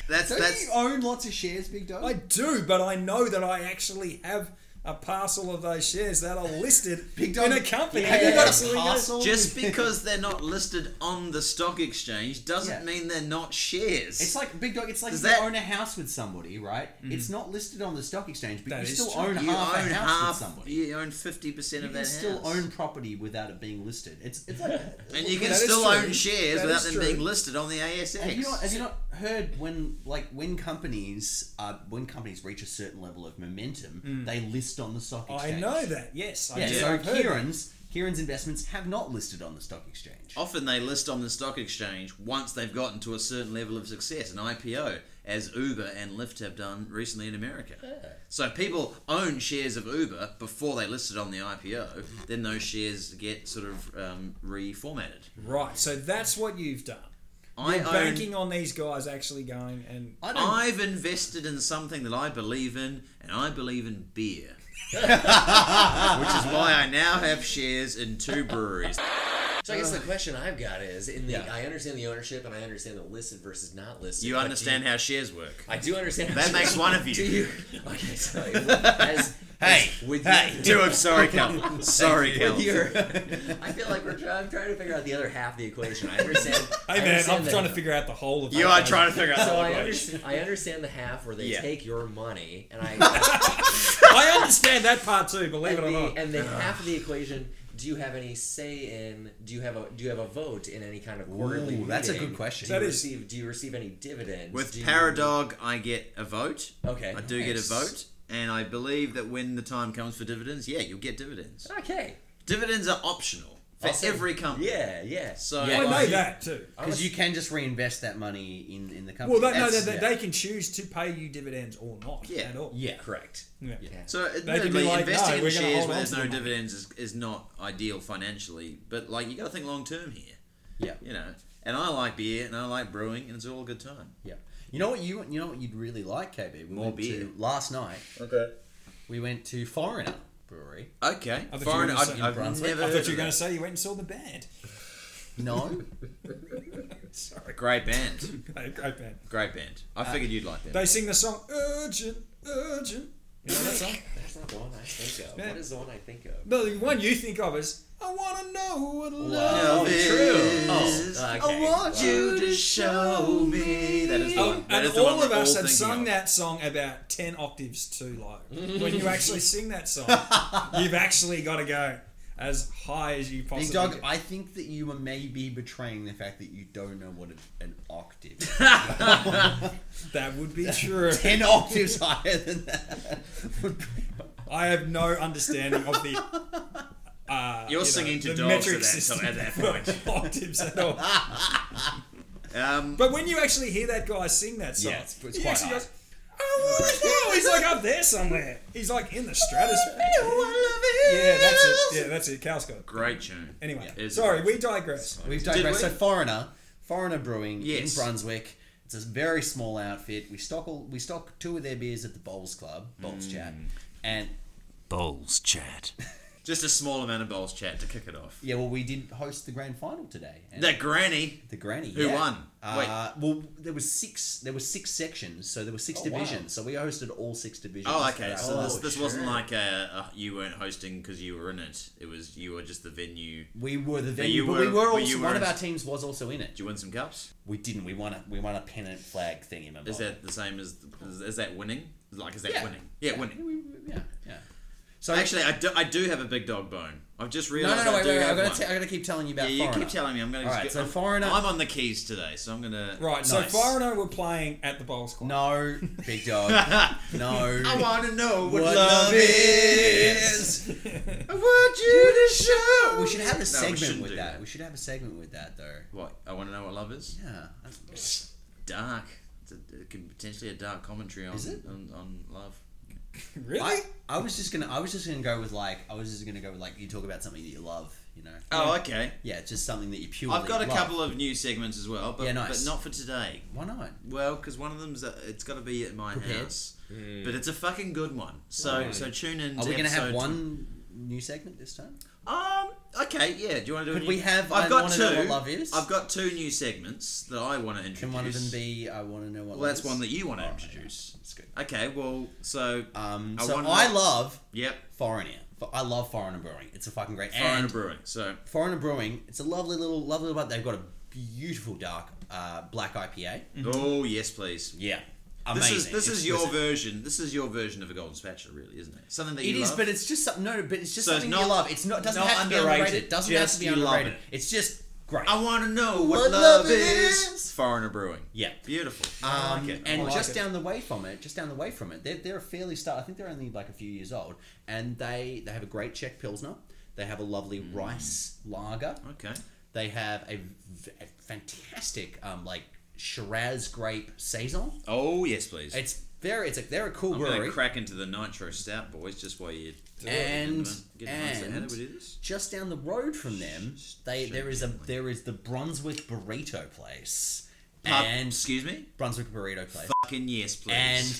S1: that's
S5: Don't
S1: that's
S5: you own lots of shares, Big Dog?
S2: I do, but I know that I actually have a parcel of those shares that are listed
S5: Big dog-
S2: in a company.
S5: Have you got a
S2: Absolutely no-
S5: parcel?
S1: just because they're not listed on the stock exchange doesn't
S5: Yeah.
S1: mean they're not shares.
S5: It's like big dog. It's like
S1: Does
S5: you
S1: that-
S5: own a house with somebody, right? It's not listed on the stock exchange, but
S2: That
S5: you
S2: is
S5: still
S2: true.
S5: own
S1: you
S5: half
S1: own
S5: a house
S1: half.
S5: with somebody.
S1: You own fifty percent
S5: you
S1: of
S5: can
S1: that
S5: still
S1: house.
S5: own property without it being listed. It's it's like
S1: and you can
S2: That is
S1: still
S2: true.
S1: own shares
S2: That
S1: without
S2: is
S1: them
S2: true.
S1: being listed on the ASX.
S5: Have you, not, have you not heard when like when companies uh, when companies reach a certain level of momentum, they list on the stock
S2: I
S5: exchange?
S2: know that. Yes, I
S5: Yeah,
S2: do.
S5: so
S2: I've heard that.
S5: Kieran's Kieran's investments have not listed on the stock exchange.
S1: Often they list on the stock exchange once they've gotten to a certain level of success, an IPO, as Uber and Lyft have done recently in America. So people own shares of Uber before they listed on the IPO. Then those shares get sort of um, reformatted.
S2: Right, so that's what you've done.
S1: I
S2: You're
S1: own.
S2: Mm-hmm. banking on these guys actually going and
S5: I don't.
S1: I've invested in something that I believe in, and I believe in beer. Which is why I now have shares in two breweries.
S4: So I guess the question I've got is, in the I understand the ownership and I understand the listed versus not listed.
S1: You
S4: but do
S1: understand how shares work.
S4: I do understand.
S1: That makes one of you.
S4: Do you? Okay, so as,
S1: Hey,
S4: as with
S1: hey,
S4: your,
S1: do I'm sorry, Cal. Sorry, Cal.
S4: with your, I feel like we're trying, I'm trying to figure out the other half of the equation. I understand. I
S2: Hey man,
S4: understand
S2: I'm
S4: that-
S2: trying to figure out the whole of
S1: You
S2: it.
S1: are trying to figure out
S4: So
S1: the
S4: I
S1: language.
S4: understand, I understand the half where they
S1: Yeah.
S4: take your money, and I
S2: I understand that part too, believe it
S4: and
S2: or
S4: the,
S2: not.
S4: and the half of the equation. Do you have any say in? Do you have a do you have a vote in any kind of quarterly?
S5: Ooh, that's a
S4: meeting?
S5: good question.
S4: Do
S2: That
S4: you
S2: is-
S4: receive Do you receive any dividends?
S1: With
S4: do you-
S1: Paradog, I get a vote.
S4: Okay,
S1: I do get a
S4: nice.
S1: vote. And I believe that when the time comes for dividends, yeah, you'll get dividends.
S4: Okay.
S1: Dividends are optional for
S4: Also-
S1: every company.
S4: Yeah, yeah.
S1: So
S5: Yeah.
S2: I
S1: like,
S2: know that too.
S5: Because you can just reinvest that money in, in the company.
S2: Well, they, no, they,
S5: That's-
S2: they,
S5: yeah.
S2: they can choose to pay you dividends or not
S1: Yeah.
S2: at all.
S5: Yeah.
S4: Correct.
S2: Yeah.
S1: So
S2: be
S1: admittedly,
S2: like,
S1: investing
S2: "No,
S1: in
S2: we're gonna
S1: shares
S2: hold
S1: where
S2: on
S1: there's
S2: to
S1: no
S2: the money."
S1: dividends is, is not ideal financially. But like you got to think long term here.
S5: Yeah.
S1: You know, and I like beer and I like brewing and it's all a good time.
S5: Yeah. You know what you you know what you'd really like, KB? We
S1: More
S5: went
S1: beer.
S5: To, last night
S1: Okay.
S5: we went to Foreigner Brewery.
S1: Okay.
S2: I thought you
S1: Foreign.
S2: were
S1: I've,
S2: gonna say-
S1: I've
S5: Brunswick.
S1: never.
S2: I
S1: heard
S2: thought you
S1: of
S2: were going
S1: that.
S2: to say you went and saw the band.
S5: No,
S2: Sorry,
S1: A great band.
S2: great band.
S1: Great band. I figured you'd like them.
S2: They sing the song "Urgent, Urgent." You know that song?
S4: That's not the one I think of.
S2: Yeah.
S4: What is the one I think of?
S2: No, the one you think of is "I want to know what love."
S5: Oh,
S1: Love
S4: true.
S1: is-
S4: Oh, okay.
S1: I want you to show me. That is the one.
S2: Oh,
S1: That
S2: and
S1: is the
S2: all
S1: one
S2: of
S1: we're
S2: us
S1: all thinking
S2: have sung
S1: of.
S2: that song about ten octaves too low. when you actually sing that song, you've actually got to go as high as you possibly.
S5: Big Dog.
S2: can.
S5: I think that you are maybe betraying the fact that you don't know what an- an octave. is.
S2: That would be true.
S5: Ten octaves higher than that.
S2: I have no understanding of the. Uh,
S1: You're
S2: you know,
S1: singing to
S2: the
S1: dogs
S2: metric
S1: at that,
S2: system
S1: time- at that
S2: for
S1: point.
S2: octaves at all.
S1: Um,
S2: But when you actually hear that guy sing that song,
S5: Yeah, it's- it's
S2: he
S5: quite
S2: actually
S5: high.
S2: goes, "Oh, I want to know. He's like up there somewhere. He's like in the stratosphere. Yeah, that's it. Yeah, that's it. Cal's got it.
S1: great tune.
S2: Anyway,
S1: It is-
S2: sorry, we digress.
S5: We've digressed.
S1: we?
S5: So Foreigner, Foreigner Brewing
S1: Yes.
S5: in Brunswick. It's a very small outfit. We stock all, we stock two of their beers at the Bowls Club,
S1: Mm.
S5: Bowls Chat, and
S1: Bowls chat. Just a small amount of bowls chat to kick it off.
S5: yeah, well, we did host the grand final today. And
S1: That granny.
S5: the granny
S1: Who
S5: yeah.
S1: won?
S5: Uh, well, there was six. There were six sections, so there were six divisions. So we hosted all six divisions.
S1: Oh, okay.
S5: for
S1: So
S5: that.
S1: this, this wasn't
S4: sure.
S1: like a, a you weren't hosting because you were in it. It was you were just the venue. Did
S5: we were the venue,
S1: you
S5: but,
S1: were-
S5: we were
S1: but
S5: also
S1: you
S5: one of
S1: weren't-
S5: our teams was also in it.
S1: you win some cups?
S5: We didn't. We won a we won a pennant flag thing in
S1: Is that the same as is, is that winning? Like is that
S5: Yeah.
S1: winning? Yeah, winning.
S5: We, yeah, yeah.
S1: So actually, I do, I do have a big dog bone. I've just
S5: No,
S1: realised.
S5: no, no,
S1: I
S5: wait,
S1: do
S5: wait, wait.
S1: have
S5: I've got
S1: one.
S5: to. i I've got to keep telling you about.
S1: yeah, you
S5: Foreigner.
S1: keep telling me. I'm going to.
S5: All right,
S1: get,
S5: so
S1: I'm,
S5: Foreigner-
S1: I'm on the keys today, so I'm going to.
S2: Right, so
S5: Nice.
S2: Foreigner were playing at the bowls club.
S5: No, big dog. No.
S1: I want to know what, love
S5: What love
S1: is. I want you to show.
S5: we should have
S1: No,
S5: a
S1: we
S5: segment
S1: shouldn't
S5: with
S1: do
S5: that. We should have a segment with that though.
S1: What? I want to know what love is.
S5: Yeah. that's-
S1: Dark. It's a, it could potentially a dark commentary on
S5: Is it?
S1: on, on love.
S2: Really?
S5: I, I was just gonna I was just gonna go with like I was just gonna go with like you talk about something that you love, you know.
S1: Oh, okay.
S5: Yeah, it's just something that you purely.
S1: I've got a
S5: love.
S1: couple of new segments as well, but
S5: Yeah, nice.
S1: but not for today.
S5: Why not?
S1: Well, because one of them's uh, it's got to be at my
S5: Prepared. Hmm.
S1: house, but it's a fucking good one. So so tune in.
S5: Are
S1: to
S5: we gonna have
S1: episode-
S5: one new segment this time?
S1: Um. Okay. Yeah. Do you want to do? a
S5: Could
S1: new-
S5: we have
S1: I've
S5: I
S1: got
S5: Wanna
S1: two.
S5: Know What Love Is?
S1: I've got two new segments that I want to introduce.
S5: Can one of them be I want to know what?
S1: Well,
S5: love
S1: that's
S5: is?
S1: one that you want to
S5: All right,
S1: introduce. Uh,
S5: yeah, That's good.
S1: Okay. Well, so
S5: Um,
S1: I
S5: so
S1: wanna
S5: I
S1: know-
S5: love
S1: yep.
S5: Foreigner. Fo- I love Foreigner Brewing. It's a fucking great.
S1: Foreigner
S5: and
S1: Brewing. So
S5: Foreigner Brewing. It's a lovely little lovely little. They've got a beautiful dark uh, black IPA.
S1: oh yes, please.
S5: Yeah.
S1: This
S5: Mm-hmm. Amazing.
S1: is this is your
S5: Exquisite.
S1: version. This is your version of a golden spatula, really, isn't it? Something that
S5: It
S1: you
S5: is,
S1: love.
S5: but it's just something. No, but it's just
S1: So it's
S5: something
S1: not-
S5: you love. It's not doesn't
S1: not
S5: have to be
S1: underrated,
S5: underrated. Doesn't have
S1: just
S5: to be
S1: you love
S5: underrated.
S1: it.
S5: It's just great.
S1: I want to know what,
S5: What
S1: love,
S5: love
S1: is.
S5: is.
S1: Foreigner Brewing.
S5: Yeah.
S1: Beautiful.
S5: Um,
S1: like it.
S5: and
S2: like
S5: just
S2: it.
S5: down the way from it, just down the way from it, they're, they're a fairly start. I think they're only like a few years old, and they they have a great Czech pilsner. They have a lovely rice lager.
S1: Mm. Okay.
S5: They have a, v- a fantastic um, like Shiraz grape saison.
S1: Oh yes, please.
S5: It's very it's like they're a cool
S1: I'm
S5: brewery.
S1: gonna crack into the nitro stout, boys, just while you do
S5: And-
S1: get a nice- how do
S5: and-
S1: we do this?
S5: just down the road from them, they there is a there is the Brunswick Burrito Place,
S1: Pub-
S5: and
S1: excuse me.
S5: Brunswick Burrito Place,
S1: Fucking yes, please.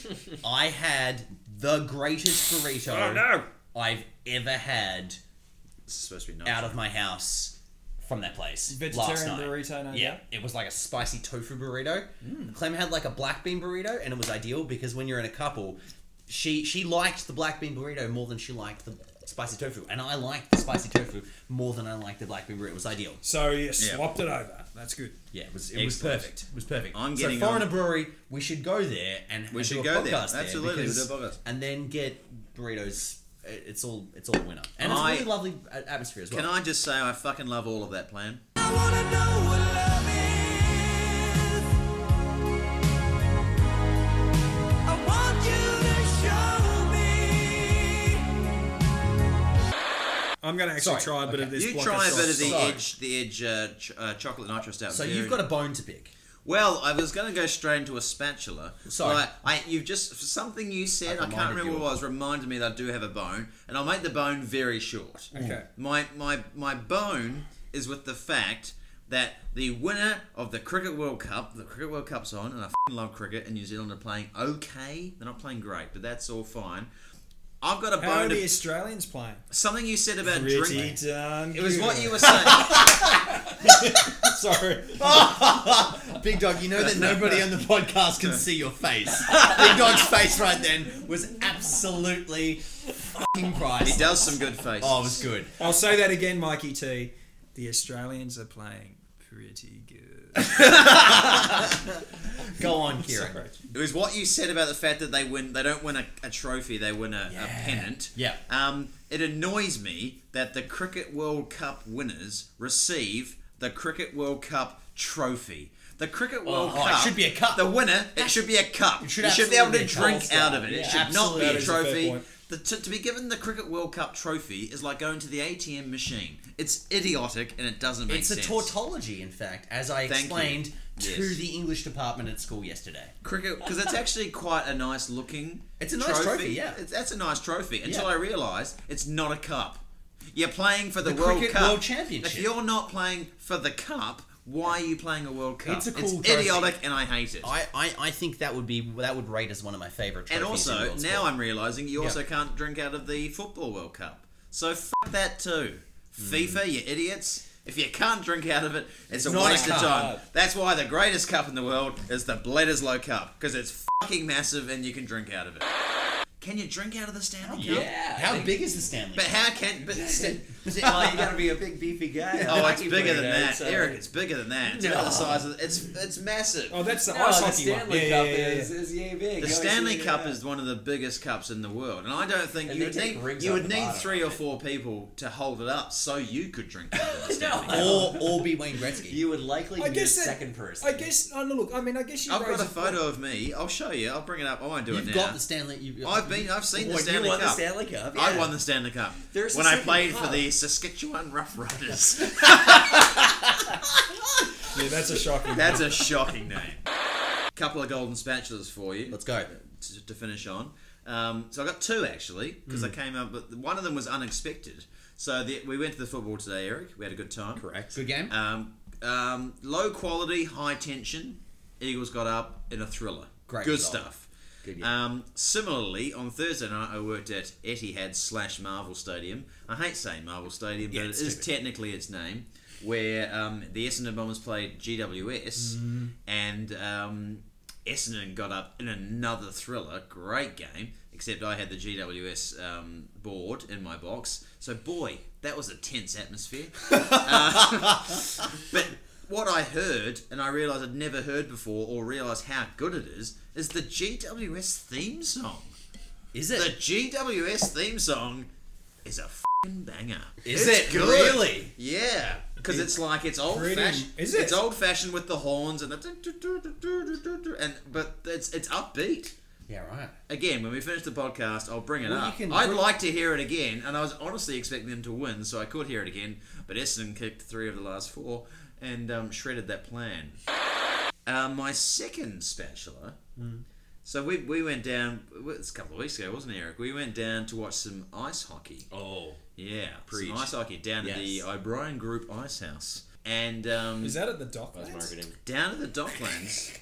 S5: and I had the greatest burrito
S1: oh no,
S5: I've ever had
S1: this is supposed to be nice.
S5: out of my house from that place last
S2: Vegetarian
S5: night.
S2: burrito, no
S5: Yeah,
S2: doubt.
S5: it was like a spicy tofu burrito.
S1: Mm.
S5: Clem had like a black bean burrito, and it was ideal because when you're in a couple, she she liked the black bean burrito more than she liked the spicy tofu, and I liked the spicy tofu more than I liked the black bean burrito. It was ideal.
S2: So you swapped it over. That's good.
S5: Yeah, it was it was
S1: Excellent.
S5: perfect. It was perfect.
S1: I'm
S5: so
S1: getting
S5: foreigner
S1: on-
S5: brewery. We should go there and
S1: We
S5: and
S1: should
S5: do a
S1: go there.
S5: podcast
S1: Absolutely, we'll
S5: because-
S1: do a podcast.
S5: and then get burritos. It- It's all it's all a winner, and it's
S1: I-
S5: a really lovely a- atmosphere as well.
S1: Can I just say I fucking love all of that plan?
S2: I'm going to actually
S5: Sorry.
S2: try a bit of
S5: Okay.
S2: this.
S1: you
S2: block
S1: try a
S2: sauce.
S1: bit of the
S5: Sorry.
S1: edge, the edge uh, ch- uh, chocolate nitro stout.
S5: so you've got a bone to pick.
S1: Well, I was going to go straight into a spatula.
S5: Sorry.
S1: But I, you've just for something you said. I
S5: That
S1: can't
S5: reminded
S1: remember
S5: you
S1: what it was. Reminded me that I do have a bone, and I'll make the bone very short.
S2: Okay.
S1: My my my bone is with the fact that the winner of the Cricket World Cup, the Cricket World Cup's on, and I fing love cricket, and New Zealand are playing okay. They're not playing great, but that's all fine. I've got a
S2: How are
S1: bone.
S2: the
S1: To,
S2: Australians playing?
S1: something you said about
S2: Pretty
S1: drinking.
S2: darn
S1: It was what
S2: good.
S1: you were saying.
S2: Sorry.
S5: Big Dog, you know that nobody on the podcast can see your face. Big Dog's face right then was absolutely fucking
S1: he
S5: priceless.
S1: does some good faces.
S5: Oh, it was good.
S2: I'll say that again, Mikey T. The Australians are playing pretty good.
S5: Go on, Kieran.
S1: It was what you said about the fact that they win. They don't win a, a trophy. They win a, a pennant.
S5: Yeah.
S1: Um, it annoys me that the Cricket World Cup winners receive the Cricket World Cup trophy. The Cricket World
S5: oh, it
S1: Cup
S5: should be a cup.
S1: The winner, it should be a cup.
S5: It should
S1: you should be able
S5: absolutely
S1: to
S5: be a
S1: drink
S5: gold
S1: out
S5: star.
S1: of it. It
S5: Yeah,
S1: should
S5: absolutely.
S1: not
S2: That
S1: be a
S2: is a fair
S1: trophy.
S2: point.
S1: The, to, to be given the Cricket World Cup trophy is like going to the ATM machine. It's idiotic and it doesn't make
S5: It's a
S1: sense.
S5: tautology, in fact, as I
S1: Thank you.
S5: explained to
S1: Yes.
S5: the English department at school yesterday.
S1: cricket because it's actually quite a nice looking.
S5: It's a nice trophy, yeah.
S1: It's, that's a nice trophy. Until
S5: Yeah.
S1: I realised it's not a cup. You're playing for the,
S5: The
S1: World
S5: Cricket
S1: Cup
S5: World Championship.
S1: If you're not playing for the cup, why are you playing a World Cup?
S5: It's a cool trophy.
S1: idiotic, and I hate it.
S5: I, I, I think that would be that would rate as one of my favorite trophies.
S1: and
S5: in
S1: also
S5: world
S1: now
S5: sport.
S1: I'm realising you also can't drink out of the football World Cup. So f that too. FIFA, you idiots. If you can't drink out of it, it's, a
S5: not a
S1: waste of
S5: cup.
S1: time. That's why the greatest cup in the world is the Bledisloe Cup because it's fucking massive and you can drink out of it. Can you drink out of the Stanley
S4: Oh,
S1: Cup?
S5: yeah. How big is the Stanley?
S1: But
S5: Cup?
S1: how can? But oh, st-
S4: well, you gotta be a big beefy guy.
S1: oh, it's
S4: Hockey
S1: bigger
S4: player,
S1: than
S4: right?
S1: that,
S4: So-
S1: Eric. It's bigger than that. It's about the size of it's. It's massive.
S2: Oh, that's the
S4: No,
S2: ice
S4: the
S2: hockey one.
S4: Stanley
S2: yeah,
S4: Cup
S2: yeah, yeah, yeah.
S4: is, is yay big.
S1: The Stanley Cup is one of the biggest cups in the world, and I don't think
S4: uh, And
S1: you would
S4: they take
S1: need
S4: rings
S1: you
S4: off
S1: would
S4: the
S1: need
S4: bottom
S1: three
S4: of
S1: or
S4: it.
S1: four people to hold it up so you could drink out of the Stanley Cup.
S5: or or be Wayne Gretzky.
S4: You would likely
S2: I
S4: be the
S2: guess that-
S4: second person.
S2: I guess. Oh, no, look. I mean, I guess you.
S1: I've
S2: raise
S1: got a
S2: point.
S1: photo of me. I'll show you. I'll bring it up. I won't do
S5: You've
S1: it now.
S5: got the Stanley. You've,
S1: I've been. I've seen the
S4: Well,
S1: Stanley
S4: you won
S1: Cup.
S4: the Stanley Cup. Yeah.
S1: I won the Stanley Cup
S4: There's a
S1: when I
S4: second
S1: played for
S4: cup.
S1: the Saskatchewan Rough Riders.
S2: Yeah, that's a shocking.
S1: That's a shocking name. Couple of golden spatulas for you.
S5: Let's go.
S1: to, to finish on. Um, so I got two actually because
S4: Hmm.
S1: I came up, but one of them was unexpected. So the, we went to the football today, Eric. We had a good time.
S5: Correct. Good game.
S1: Um, um, low quality, high tension. Eagles got up in a thriller.
S5: Great
S1: Good
S5: result.
S1: stuff. Um, similarly, on Thursday night, I worked at Etihad slash Marvel Stadium. I hate saying Marvel Stadium, but it
S5: it's
S1: is technically its name, where um, the Essendon Bombers played GWS,
S5: Mm-hmm.
S1: and um, Essendon got up in another thriller. Great game, except I had the GWS um, board in my box. So, boy, that was a tense atmosphere. But what I heard, and I realised I'd never heard before or realised how good it is, is the GWS theme song.
S5: Is
S1: The
S5: it?
S1: GWS theme song is a fing banger.
S5: Is
S1: It's
S5: it really?
S1: Yeah. Because it's like it's old
S2: pretty-
S1: fashioned.
S2: is
S1: It's
S2: it?
S1: old fashioned with the horns and the and but it's it's upbeat.
S5: yeah, right.
S1: Again, when we finish the podcast, I'll bring it
S5: Well, you
S1: up.
S5: can
S1: I'd
S5: bring-
S1: like to hear it again, and I was honestly expecting them to win, so I could hear it again. But Essendon kicked three of the last four and um, shredded that plan. Uh, my second spatula.
S5: Hmm.
S1: So we, we went down. It was a couple of weeks ago, wasn't it, Eric? We went down to watch some ice hockey.
S5: Oh.
S1: Yeah,
S5: Preach.
S1: some ice hockey down at the
S5: Yes.
S1: O'Brien Group Ice House, and um,
S2: Is that at the dock?
S4: That's marketing.
S1: down at the Docklands,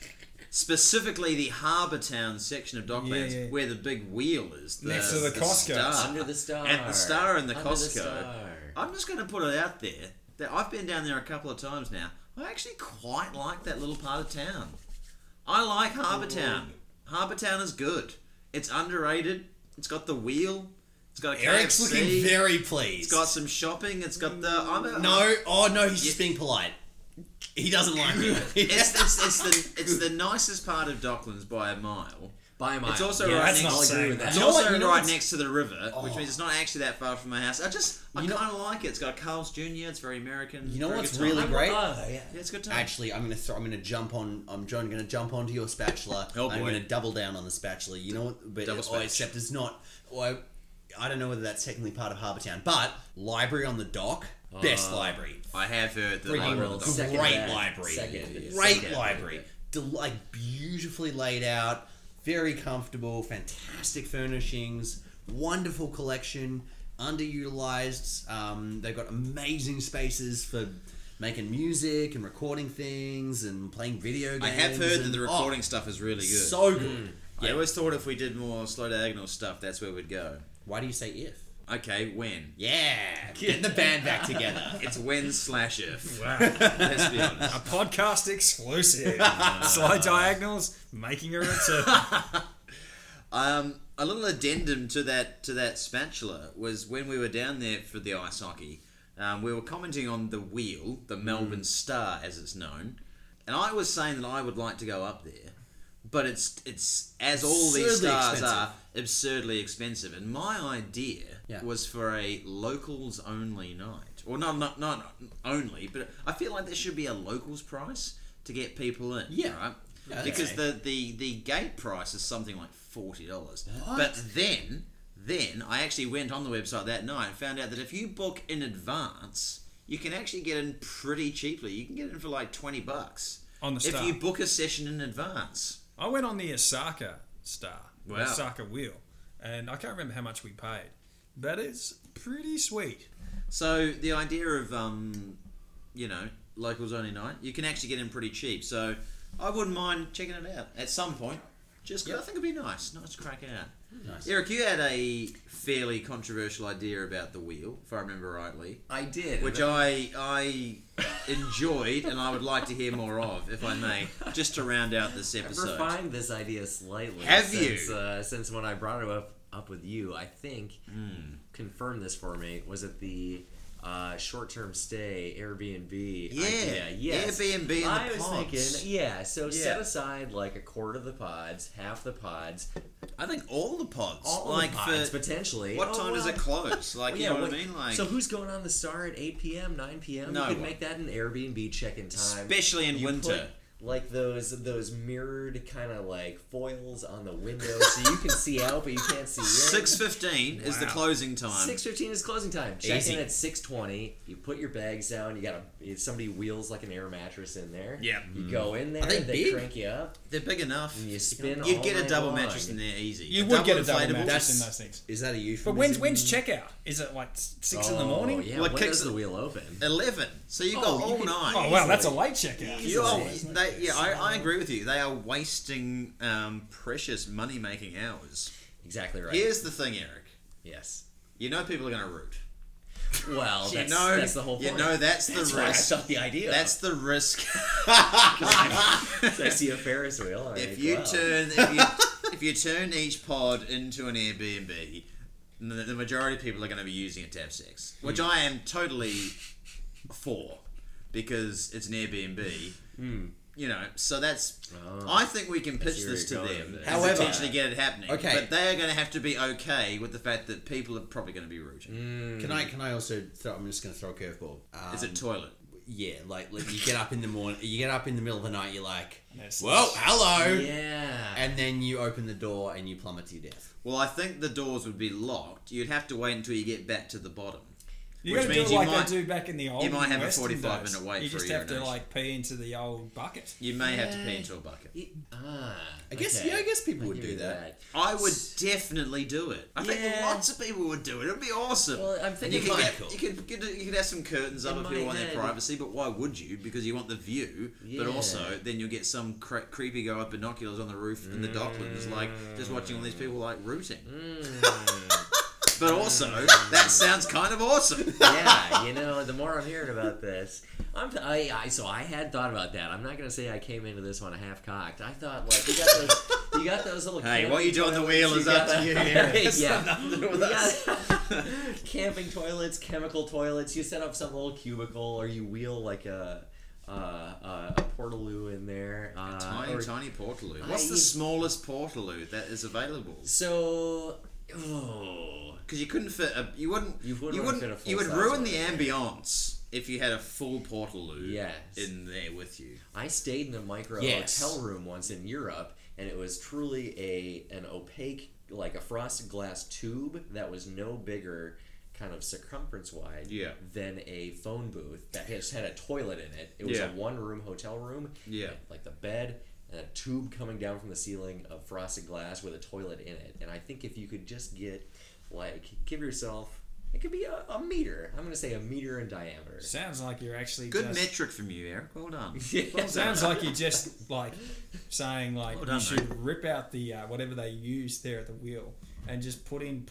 S1: specifically the Harbour Town section of Docklands,
S2: Yeah, yeah.
S1: where the big wheel is. The,
S2: Next to the Costco.
S1: star.
S4: Under the star.
S1: At the Star and the
S4: Under
S1: Costco.
S4: star.
S1: I'm just going to put it out there. that I've been down there a couple of times now. I actually quite like that little part of town. I like Harbour Town. Harbour Town is good. It's underrated. It's got the wheel. It's got a
S5: Eric's
S1: KFC.
S5: looking very pleased.
S1: It's got some shopping. It's got the I'm a,
S5: no, oh no, he's just being polite. He doesn't like it.
S1: It's, it's, it's the it's the nicest part of Docklands by a mile.
S4: By my
S1: It's also right
S2: that's
S1: next.
S2: not
S1: to-
S2: saying that.
S1: It's
S5: You know
S1: also
S5: what- you know
S1: right
S5: what's- Oh.
S1: next to the river, which means it's not actually that far from my house. I just I kind of like it. It's got a Carl's Jr. It's very American.
S5: You know
S1: very
S5: what's
S1: good time.
S5: really great?
S4: Oh, yeah.
S1: Yeah, it's a good time.
S5: Actually, I'm gonna throw, I'm gonna jump on. I'm John. Gonna jump onto your spatula.
S1: Oh,
S5: I'm
S1: boy.
S5: gonna double down on the spatula. You know what? But
S1: Double
S5: oh,
S1: spatch.
S5: except it's not. oh, I, I don't know whether that's technically part of Harbour Town, but library on the dock, best
S1: Uh,
S5: library,
S1: I have heard that
S5: Freaking
S1: Library of the Dock-
S5: great
S4: Second best.
S5: library,
S4: Second. Yeah.
S5: great
S4: Second.
S5: library, Del- like beautifully laid out, very comfortable, fantastic furnishings, wonderful collection, underutilized. Um, they've got amazing spaces for making music and recording things and playing video games.
S1: I have heard that
S5: and-
S1: the
S5: oh,
S1: recording stuff is really good. Mm.
S5: so good.
S1: I always thought if we did more slow diagonal stuff, that's where we'd go.
S5: Why do you say if?
S1: Okay, when?
S5: Yeah, getting the band back together.
S1: It's when slash if.
S2: Wow.
S1: Let's be honest.
S2: A podcast exclusive. Slow diagonals making a return.
S1: Um, a little addendum to that to that spatula was when we were down there for the ice hockey. Um, we were commenting on the wheel, the Melbourne Star as it's known, and I was saying that I would like to go up there, but it's it's as all these
S5: Absurdly
S1: stars
S5: expensive.
S1: are absurdly expensive. And my idea
S5: Yeah.
S1: was for a locals only night, or not not not only, but I feel like there should be a locals price to get people in.
S5: Yeah.
S1: right?
S5: Yeah, that's
S1: because
S5: right.
S1: the, the the gate price is something like forty dollars. But then then I actually went on the website that night and found out that if you book in advance, you can actually get in pretty cheaply. You can get in for like twenty bucks
S2: On the
S1: if
S2: Star.
S1: you book a session in advance.
S2: I went on the Osaka Star, the
S1: Wow.
S2: Osaka Wheel, and I can't remember how much we paid, but it's pretty sweet.
S1: So the idea of um, you know locals only night, you can actually get in pretty cheap. So I wouldn't mind checking it out at some point. Just 'cause I think it'd be nice, nice to crack it out.
S5: Nice.
S1: Eric, you had a fairly controversial idea about the wheel, if I remember rightly,
S4: I did.
S1: which I I enjoyed and I would like to hear more of, if I may, just to round out this episode.
S4: refined this idea slightly.
S1: Have
S4: since,
S1: you?
S4: Uh, since when I brought it up up with you, I think
S1: Hmm.
S4: confirmed this for me was it the uh, short-term stay Airbnb
S1: Yeah,
S4: idea? Yes.
S1: Airbnb in the
S4: I was
S1: pods.
S4: thinking, yeah. So set
S1: Yeah.
S4: aside like a quarter of the pods, half the pods,
S1: I think all the pods,
S4: all
S1: like
S4: the pods
S1: for
S4: potentially.
S1: what
S4: Oh,
S1: time does
S4: well,
S1: it close? Like you know what, I mean? Like
S4: so who's going on the star at 8 p.m., 9 p.m.?
S1: No
S4: you could
S1: one.
S4: make that an Airbnb check-in time.
S1: especially in
S4: You
S1: winter.
S4: put, like those those mirrored kind of like foils on the window, so you can see out but you can't see in.
S1: Six fifteen is the
S2: Wow.
S1: closing time.
S4: Six fifteen is closing time. Check
S5: Easy.
S4: in at six twenty. You put your bags down. You got a somebody wheels like an air mattress in there.
S2: Yep.
S4: You go
S1: Mm-hmm.
S4: in there.
S5: they
S4: they
S5: big?
S4: crank you up.
S1: They're big enough.
S4: And you spin.
S1: You'd
S4: all
S1: get a
S4: night
S1: double
S4: long.
S1: mattress in there easy.
S2: You would get a double
S1: inflatable.
S2: mattress in
S1: That's-
S2: those things.
S5: Is that a you?
S2: But when's when's checkout? Is it like six in the
S4: Mm-hmm. Oh,
S2: morning?
S4: Yeah.
S1: Well, it
S4: when
S1: kicks
S4: does the
S1: it-
S4: wheel open?
S1: Eleven. So you got
S4: Oh, you
S1: all
S4: could-
S1: night.
S2: Oh wow, that's a late checkout.
S1: You are,
S4: Easily.
S1: they, yeah, I, I agree with you. They are wasting um, precious money making hours.
S4: Exactly right.
S1: Here's the thing, Eric.
S4: Yes.
S1: You know people are going to root.
S4: Well, Oh, that's,
S1: you know,
S4: that's the whole point.
S1: You know that's the
S4: That's why I
S1: risk.
S4: thought the idea.
S1: That's the risk.
S4: I see a Ferris wheel. I
S1: if
S4: think,
S1: you
S4: wow.
S1: turn if you, if you turn each pod into an Airbnb, n- the, the majority of people are going to be using it to have sex, which I am totally for because it's an Airbnb. You know, so that's.
S4: Oh.
S1: I think we can pitch
S4: see where
S1: this to
S4: you're going
S1: them
S4: with
S1: and
S4: this.
S5: However-
S1: potentially get it happening.
S5: Okay.
S1: but they are going to have to be okay with the fact that people are probably going to be rooting.
S4: Hmm.
S5: Can I? Can I also? Throw, I'm just gonna throw a curveball. Um,
S1: Is it toilet?
S5: yeah, like, like you get up in the morning, you get up in the middle of the night, you're like,
S2: Yes.
S5: well, hello,
S4: Yeah.
S5: and then you open the door and you plummet to your death.
S1: Well, I think the doors would be locked. You'd have to wait until you get back to the bottom.
S2: You
S1: Which
S2: gotta
S1: means
S2: do it
S1: you
S2: like
S1: might-
S2: they do back in the old.
S1: might have a
S2: Western
S1: 45
S2: days.
S1: minute wait
S2: You
S1: for
S2: just have to
S1: urination.
S2: like pee into the old bucket.
S1: You may have to pee
S4: Yay.
S1: into a bucket.
S4: Ah,
S5: I guess,
S4: okay.
S5: yeah, I guess people would
S4: Give
S5: do
S4: you
S5: that.
S1: I would definitely do it. I think
S4: Yeah.
S1: lots of people would do it. It'd be awesome.
S4: Well, I'm
S1: And you
S4: thinking
S1: could,
S4: like-
S1: get, you, could, you could- you could have some curtains up
S4: In
S1: if people
S4: my
S1: want
S4: head-
S1: their privacy, but why would you? Because you want the view,
S4: Yeah.
S1: but also then you'll get some cre- creepy guy with
S4: Mm.
S1: binoculars on the roof in the Docklands, like just watching all these people like rooting. but also that sounds kind of awesome.
S4: yeah, you know, the more I'm hearing about this, I'm I, I so I had thought about that. I'm not gonna say I came into this one half cocked. I thought like you got those, you got those little.
S1: Hey,
S4: camping
S1: what you do on the
S4: toilets,
S1: wheel is
S4: got
S1: up to
S4: the-
S1: you, Eric. It's
S4: yeah.
S1: nothing to do with
S4: You
S1: us.
S4: got camping toilets, chemical toilets. You set up some little cubicle, or you wheel like a uh, uh, a portaloo in there. Uh,
S1: Tiny,
S4: or-
S1: tiny portaloo. What's the
S4: I-
S1: smallest portaloo that is available?
S4: So, oh,
S1: Because you couldn't fit a, you wouldn't, you
S4: You
S1: wouldn't,
S4: wouldn't
S1: you,
S4: want to fit a
S1: would
S4: full-size
S1: ruin
S4: one
S1: the
S4: in
S1: ambience if you had a full portaloo
S4: Yes.
S1: in there with you.
S4: I stayed in a micro
S5: Yes.
S4: hotel room once in Europe, and it was truly a an opaque, like a frosted glass tube that was no bigger, kind of circumference wide,
S1: Yeah.
S4: than a phone booth that just had a toilet in it. It was
S1: Yeah.
S4: a one room hotel room,
S1: Yeah.
S4: and, like the bed and a tube coming down from the ceiling of frosted glass with a toilet in it. And I think if you could just get, like, give yourself. It could be a, a meter. I'm gonna say a meter in diameter.
S2: Sounds like you're actually
S1: Good
S2: just,
S1: metric from you, Eric. Well done.
S4: Yeah.
S2: Sounds like you're just like saying like
S1: Well
S2: you
S1: done,
S2: should rip out the uh, whatever they use there at the wheel and just put in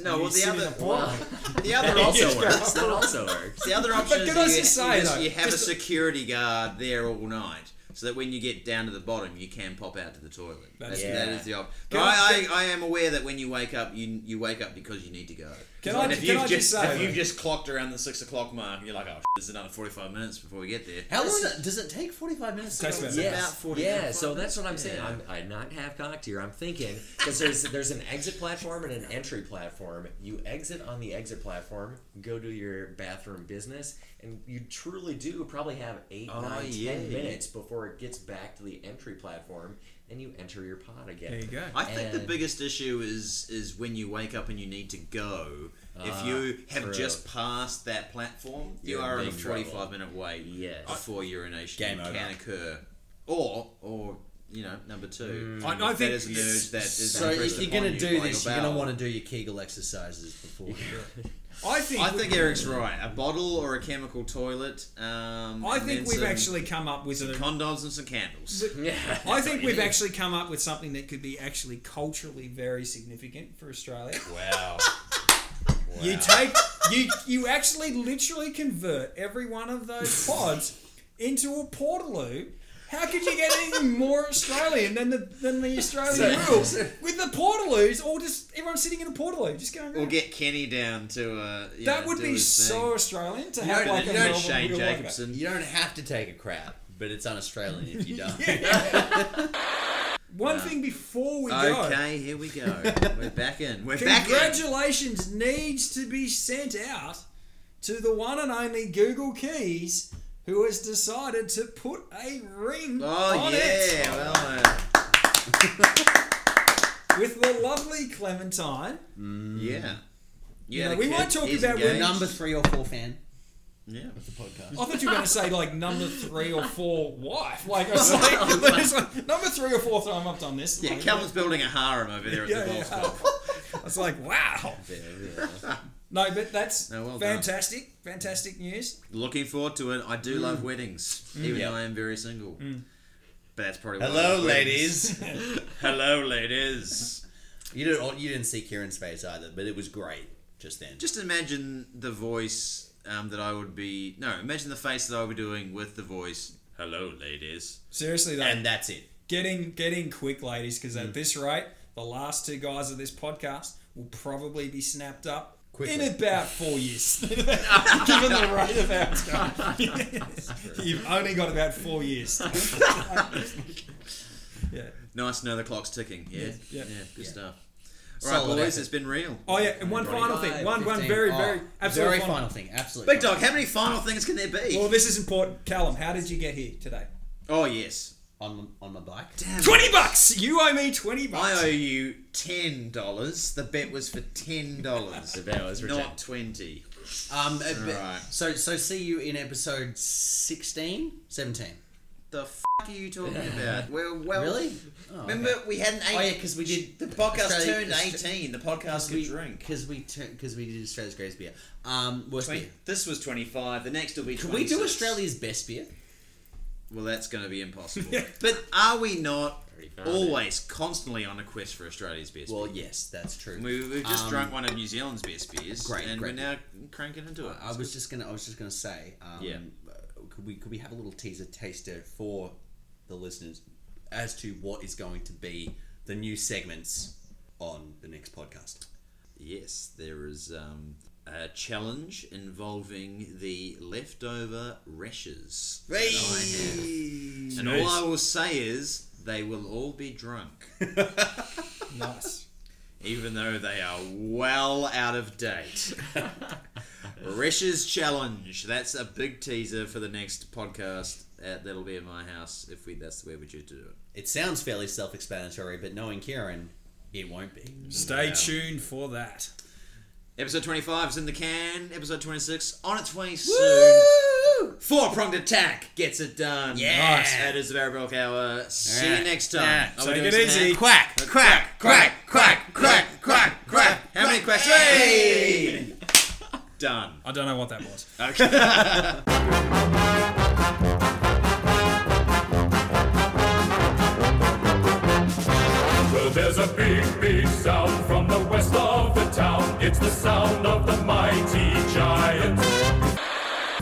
S1: No,
S2: And you
S1: well, the
S2: sit in
S1: other-
S2: a
S1: well,
S2: portaloo.
S1: The other
S4: also
S1: option,
S4: works. That also works.
S1: the other option is
S2: can
S1: that
S2: I
S1: you,
S2: just
S1: you
S2: say,
S1: just-
S2: though,
S1: you have
S2: just-
S1: a security guard there all night, so that when you get down to the bottom, you can pop out to the toilet. That's,
S2: That's
S1: That
S4: good.
S1: is the option.
S2: Can
S1: But
S2: I-
S1: I, I, I am aware that when you wake up, you you wake up because you need to go.
S2: Can I-
S1: And if
S2: can
S1: you've
S2: I
S1: just
S2: just say,
S1: if you've
S2: though-
S1: just clocked around the six o'clock mark, you're like, oh, shit, there's another forty five minutes before we get there.
S5: How long does it, does it take? Forty five minutes.
S2: Takes
S5: go?
S2: about-
S4: Yes.
S1: about 40
S4: yeah,
S1: minutes,
S4: so
S1: probably.
S4: that's what I'm saying.
S1: Yeah.
S4: I'm, I'm not half cocked here. I'm thinking because there's there's an exit platform and an entry platform. You exit on the exit platform, go do your bathroom business, and you truly do probably have eight,
S1: Oh,
S4: nine, ten
S1: yeah.
S4: minutes before it gets back to the entry platform, and you enter your pod again.
S2: There you go.
S1: I think the
S4: And-
S1: biggest issue is is when you wake up and you need to go. if
S4: Ah,
S1: you have
S4: true.
S1: just passed that platform, you
S4: You're in
S1: are on a
S4: big trouble.
S1: forty-five minute wait
S4: Yes.
S1: before urination
S5: Game
S1: can
S5: over.
S1: occur, or or you know number two.
S2: I- I
S1: that
S2: think
S1: is a
S2: it's-
S1: nerd that is
S5: Mm. So
S1: impressed
S5: if you're
S1: upon
S5: gonna
S1: you
S5: do
S1: by
S5: this,
S1: your
S5: you're gonna
S1: bowel.
S5: want to do your Kegel exercises before.
S2: I think
S1: I think Eric's right. A bottle or a chemical toilet. Um,
S2: I
S1: and
S2: think
S1: then
S2: we've
S1: some
S2: actually come up with a
S1: condoms and some candles.
S4: Yeah.
S2: I think we've actually come up with something that could be actually culturally very significant for Australia.
S1: Wow.
S2: You take you you actually literally convert every one of those pods into a portaloo. How could you get anything more Australian than the than the Australian rules with the portaloos? All just everyone sitting in a portaloo, just going.
S1: We'll
S2: around.
S1: get Kenny down to uh, you
S2: that
S1: know,
S2: would
S1: do
S2: be
S1: his
S2: so
S1: thing.
S2: Australian to
S1: You
S2: have
S1: don't,
S2: like
S1: you
S2: a
S1: don't
S2: Melbourne
S1: Shane
S2: real life about-
S1: Jacobson.
S5: You don't have to take a crap, but it's un-Australian if you don't.
S2: One thing before we go.
S1: Okay, here we go. We're back in. We're back in.
S2: Congratulations needs to be sent out to the one and only Google Keys who has decided to put a ring
S1: Oh
S2: on
S1: yeah,
S2: it
S1: well, uh,
S2: with the lovely Clementine.
S1: yeah. You
S2: You
S1: had
S2: know,
S1: a
S2: Hmm. we
S1: kid,
S2: won't talk
S1: he's
S2: about when-
S1: engaged.
S5: Number three or four fan
S1: Yeah.
S5: of the podcast.
S2: I thought you were going to say like number three or four wife. Like, I was like, it's like, number three or four time I've done this.
S1: Yeah,
S2: Like,
S1: Calvin's building a harem over there at
S2: Yeah,
S1: the golf
S2: yeah.
S1: club.
S2: I was like, wow. No, but that's
S1: No, well done.
S2: fantastic, fantastic news.
S1: Looking forward to it. I do
S2: Hmm.
S1: love weddings, even
S5: Yeah.
S1: though I am very single. But that's probably why I
S5: Hello,
S1: love weddings.
S5: ladies.
S1: Hello, ladies.
S5: you didn't. oh, You didn't see Kieran's face either, but it was great just then.
S1: Just imagine the voice um, that I would be. No, imagine the face that I would be doing with the voice. Hello, ladies.
S2: Seriously though,
S5: and that's it.
S2: Get in, get in quick, ladies, because at this rate, the last two guys of this podcast will probably be snapped up
S5: Quickly.
S2: in about four years. Given the rate of outcome, you've only got about four years. yeah.
S1: Nice to know the clock's ticking. Yeah, yeah,
S2: Yeah.
S1: good stuff. All right,
S5: Solid
S1: boys,
S5: effort.
S1: it's been real.
S2: Oh yeah, and one final thing. One, one very, very, absolutely
S5: Oh, very
S2: final.
S5: final. thing. Absolutely.
S1: Big dog, how many final things can there be?
S2: Well, this is important. Callum, how did you get here today?
S1: oh yes,
S5: on on my bike.
S2: Twenty bucks. You owe me twenty
S1: I
S2: bucks.
S1: owe you ten dollars. The bet was for ten dollars. the
S4: bet was for
S1: not twenty.
S5: Um, uh, but-
S1: Alright.
S5: So so see you in episode 16? 17.
S1: The f- are you talking about? We're well.
S5: Really? Oh,
S1: Remember we had an eight.
S5: Oh, yeah, 'cause we did-
S1: The podcast
S5: Australia-
S1: turned
S5: Austra-
S1: eighteen. The podcast could drink.
S5: because we because we did Australia's greatest beer. Um, worst
S1: Wait,
S5: beer.
S1: This was twenty-five. The next will be.
S5: Can we do
S1: 26.
S5: Australia's best beer?
S1: Well, that's going to be impossible. But are we not
S4: Already found
S1: always constantly on a quest for Australia's best
S5: Well,
S1: beer?
S5: yes, that's true.
S1: We, we've just
S5: Um,
S1: drunk one of New Zealand's best beers,
S5: Great,
S1: and
S5: great.
S1: we're now cranking into it.
S5: I was just gonna. I was just gonna say. Um,
S1: Yeah.
S5: uh, Could we could we have a little teaser taster for the listeners as to what is going to be the new segments on the next podcast?
S1: Yes, there is um, a challenge involving the leftover rashes. that I have. And all I will say is they will all be drunk,
S2: Nice.
S1: even though they are well out of date. rashes challenge. That's a big teaser for the next podcast. Uh, that'll be at my house if we. That's the way we choose to do it.
S5: It sounds fairly self-explanatory, but knowing Kieran, it won't be.
S2: Stay tuned for that.
S1: Episode 25 is in the can. Episode 26 on its way soon. Four pronged attack gets it done.
S5: Yeah.
S1: Nice. That is the Barabelk Hour. Uh, See
S5: Yeah.
S1: you next time.
S5: Yeah.
S1: Are we
S2: Take
S1: doing
S2: it
S1: some
S2: easy.
S1: hand- Uh,
S5: Quack,
S1: Crack, crack, crack, crack, crack, crack. How many quacks? Hey! Done.
S2: I don't know what that was.
S6: Well, there's a big, big sound from the west of the town. It's the sound of the mighty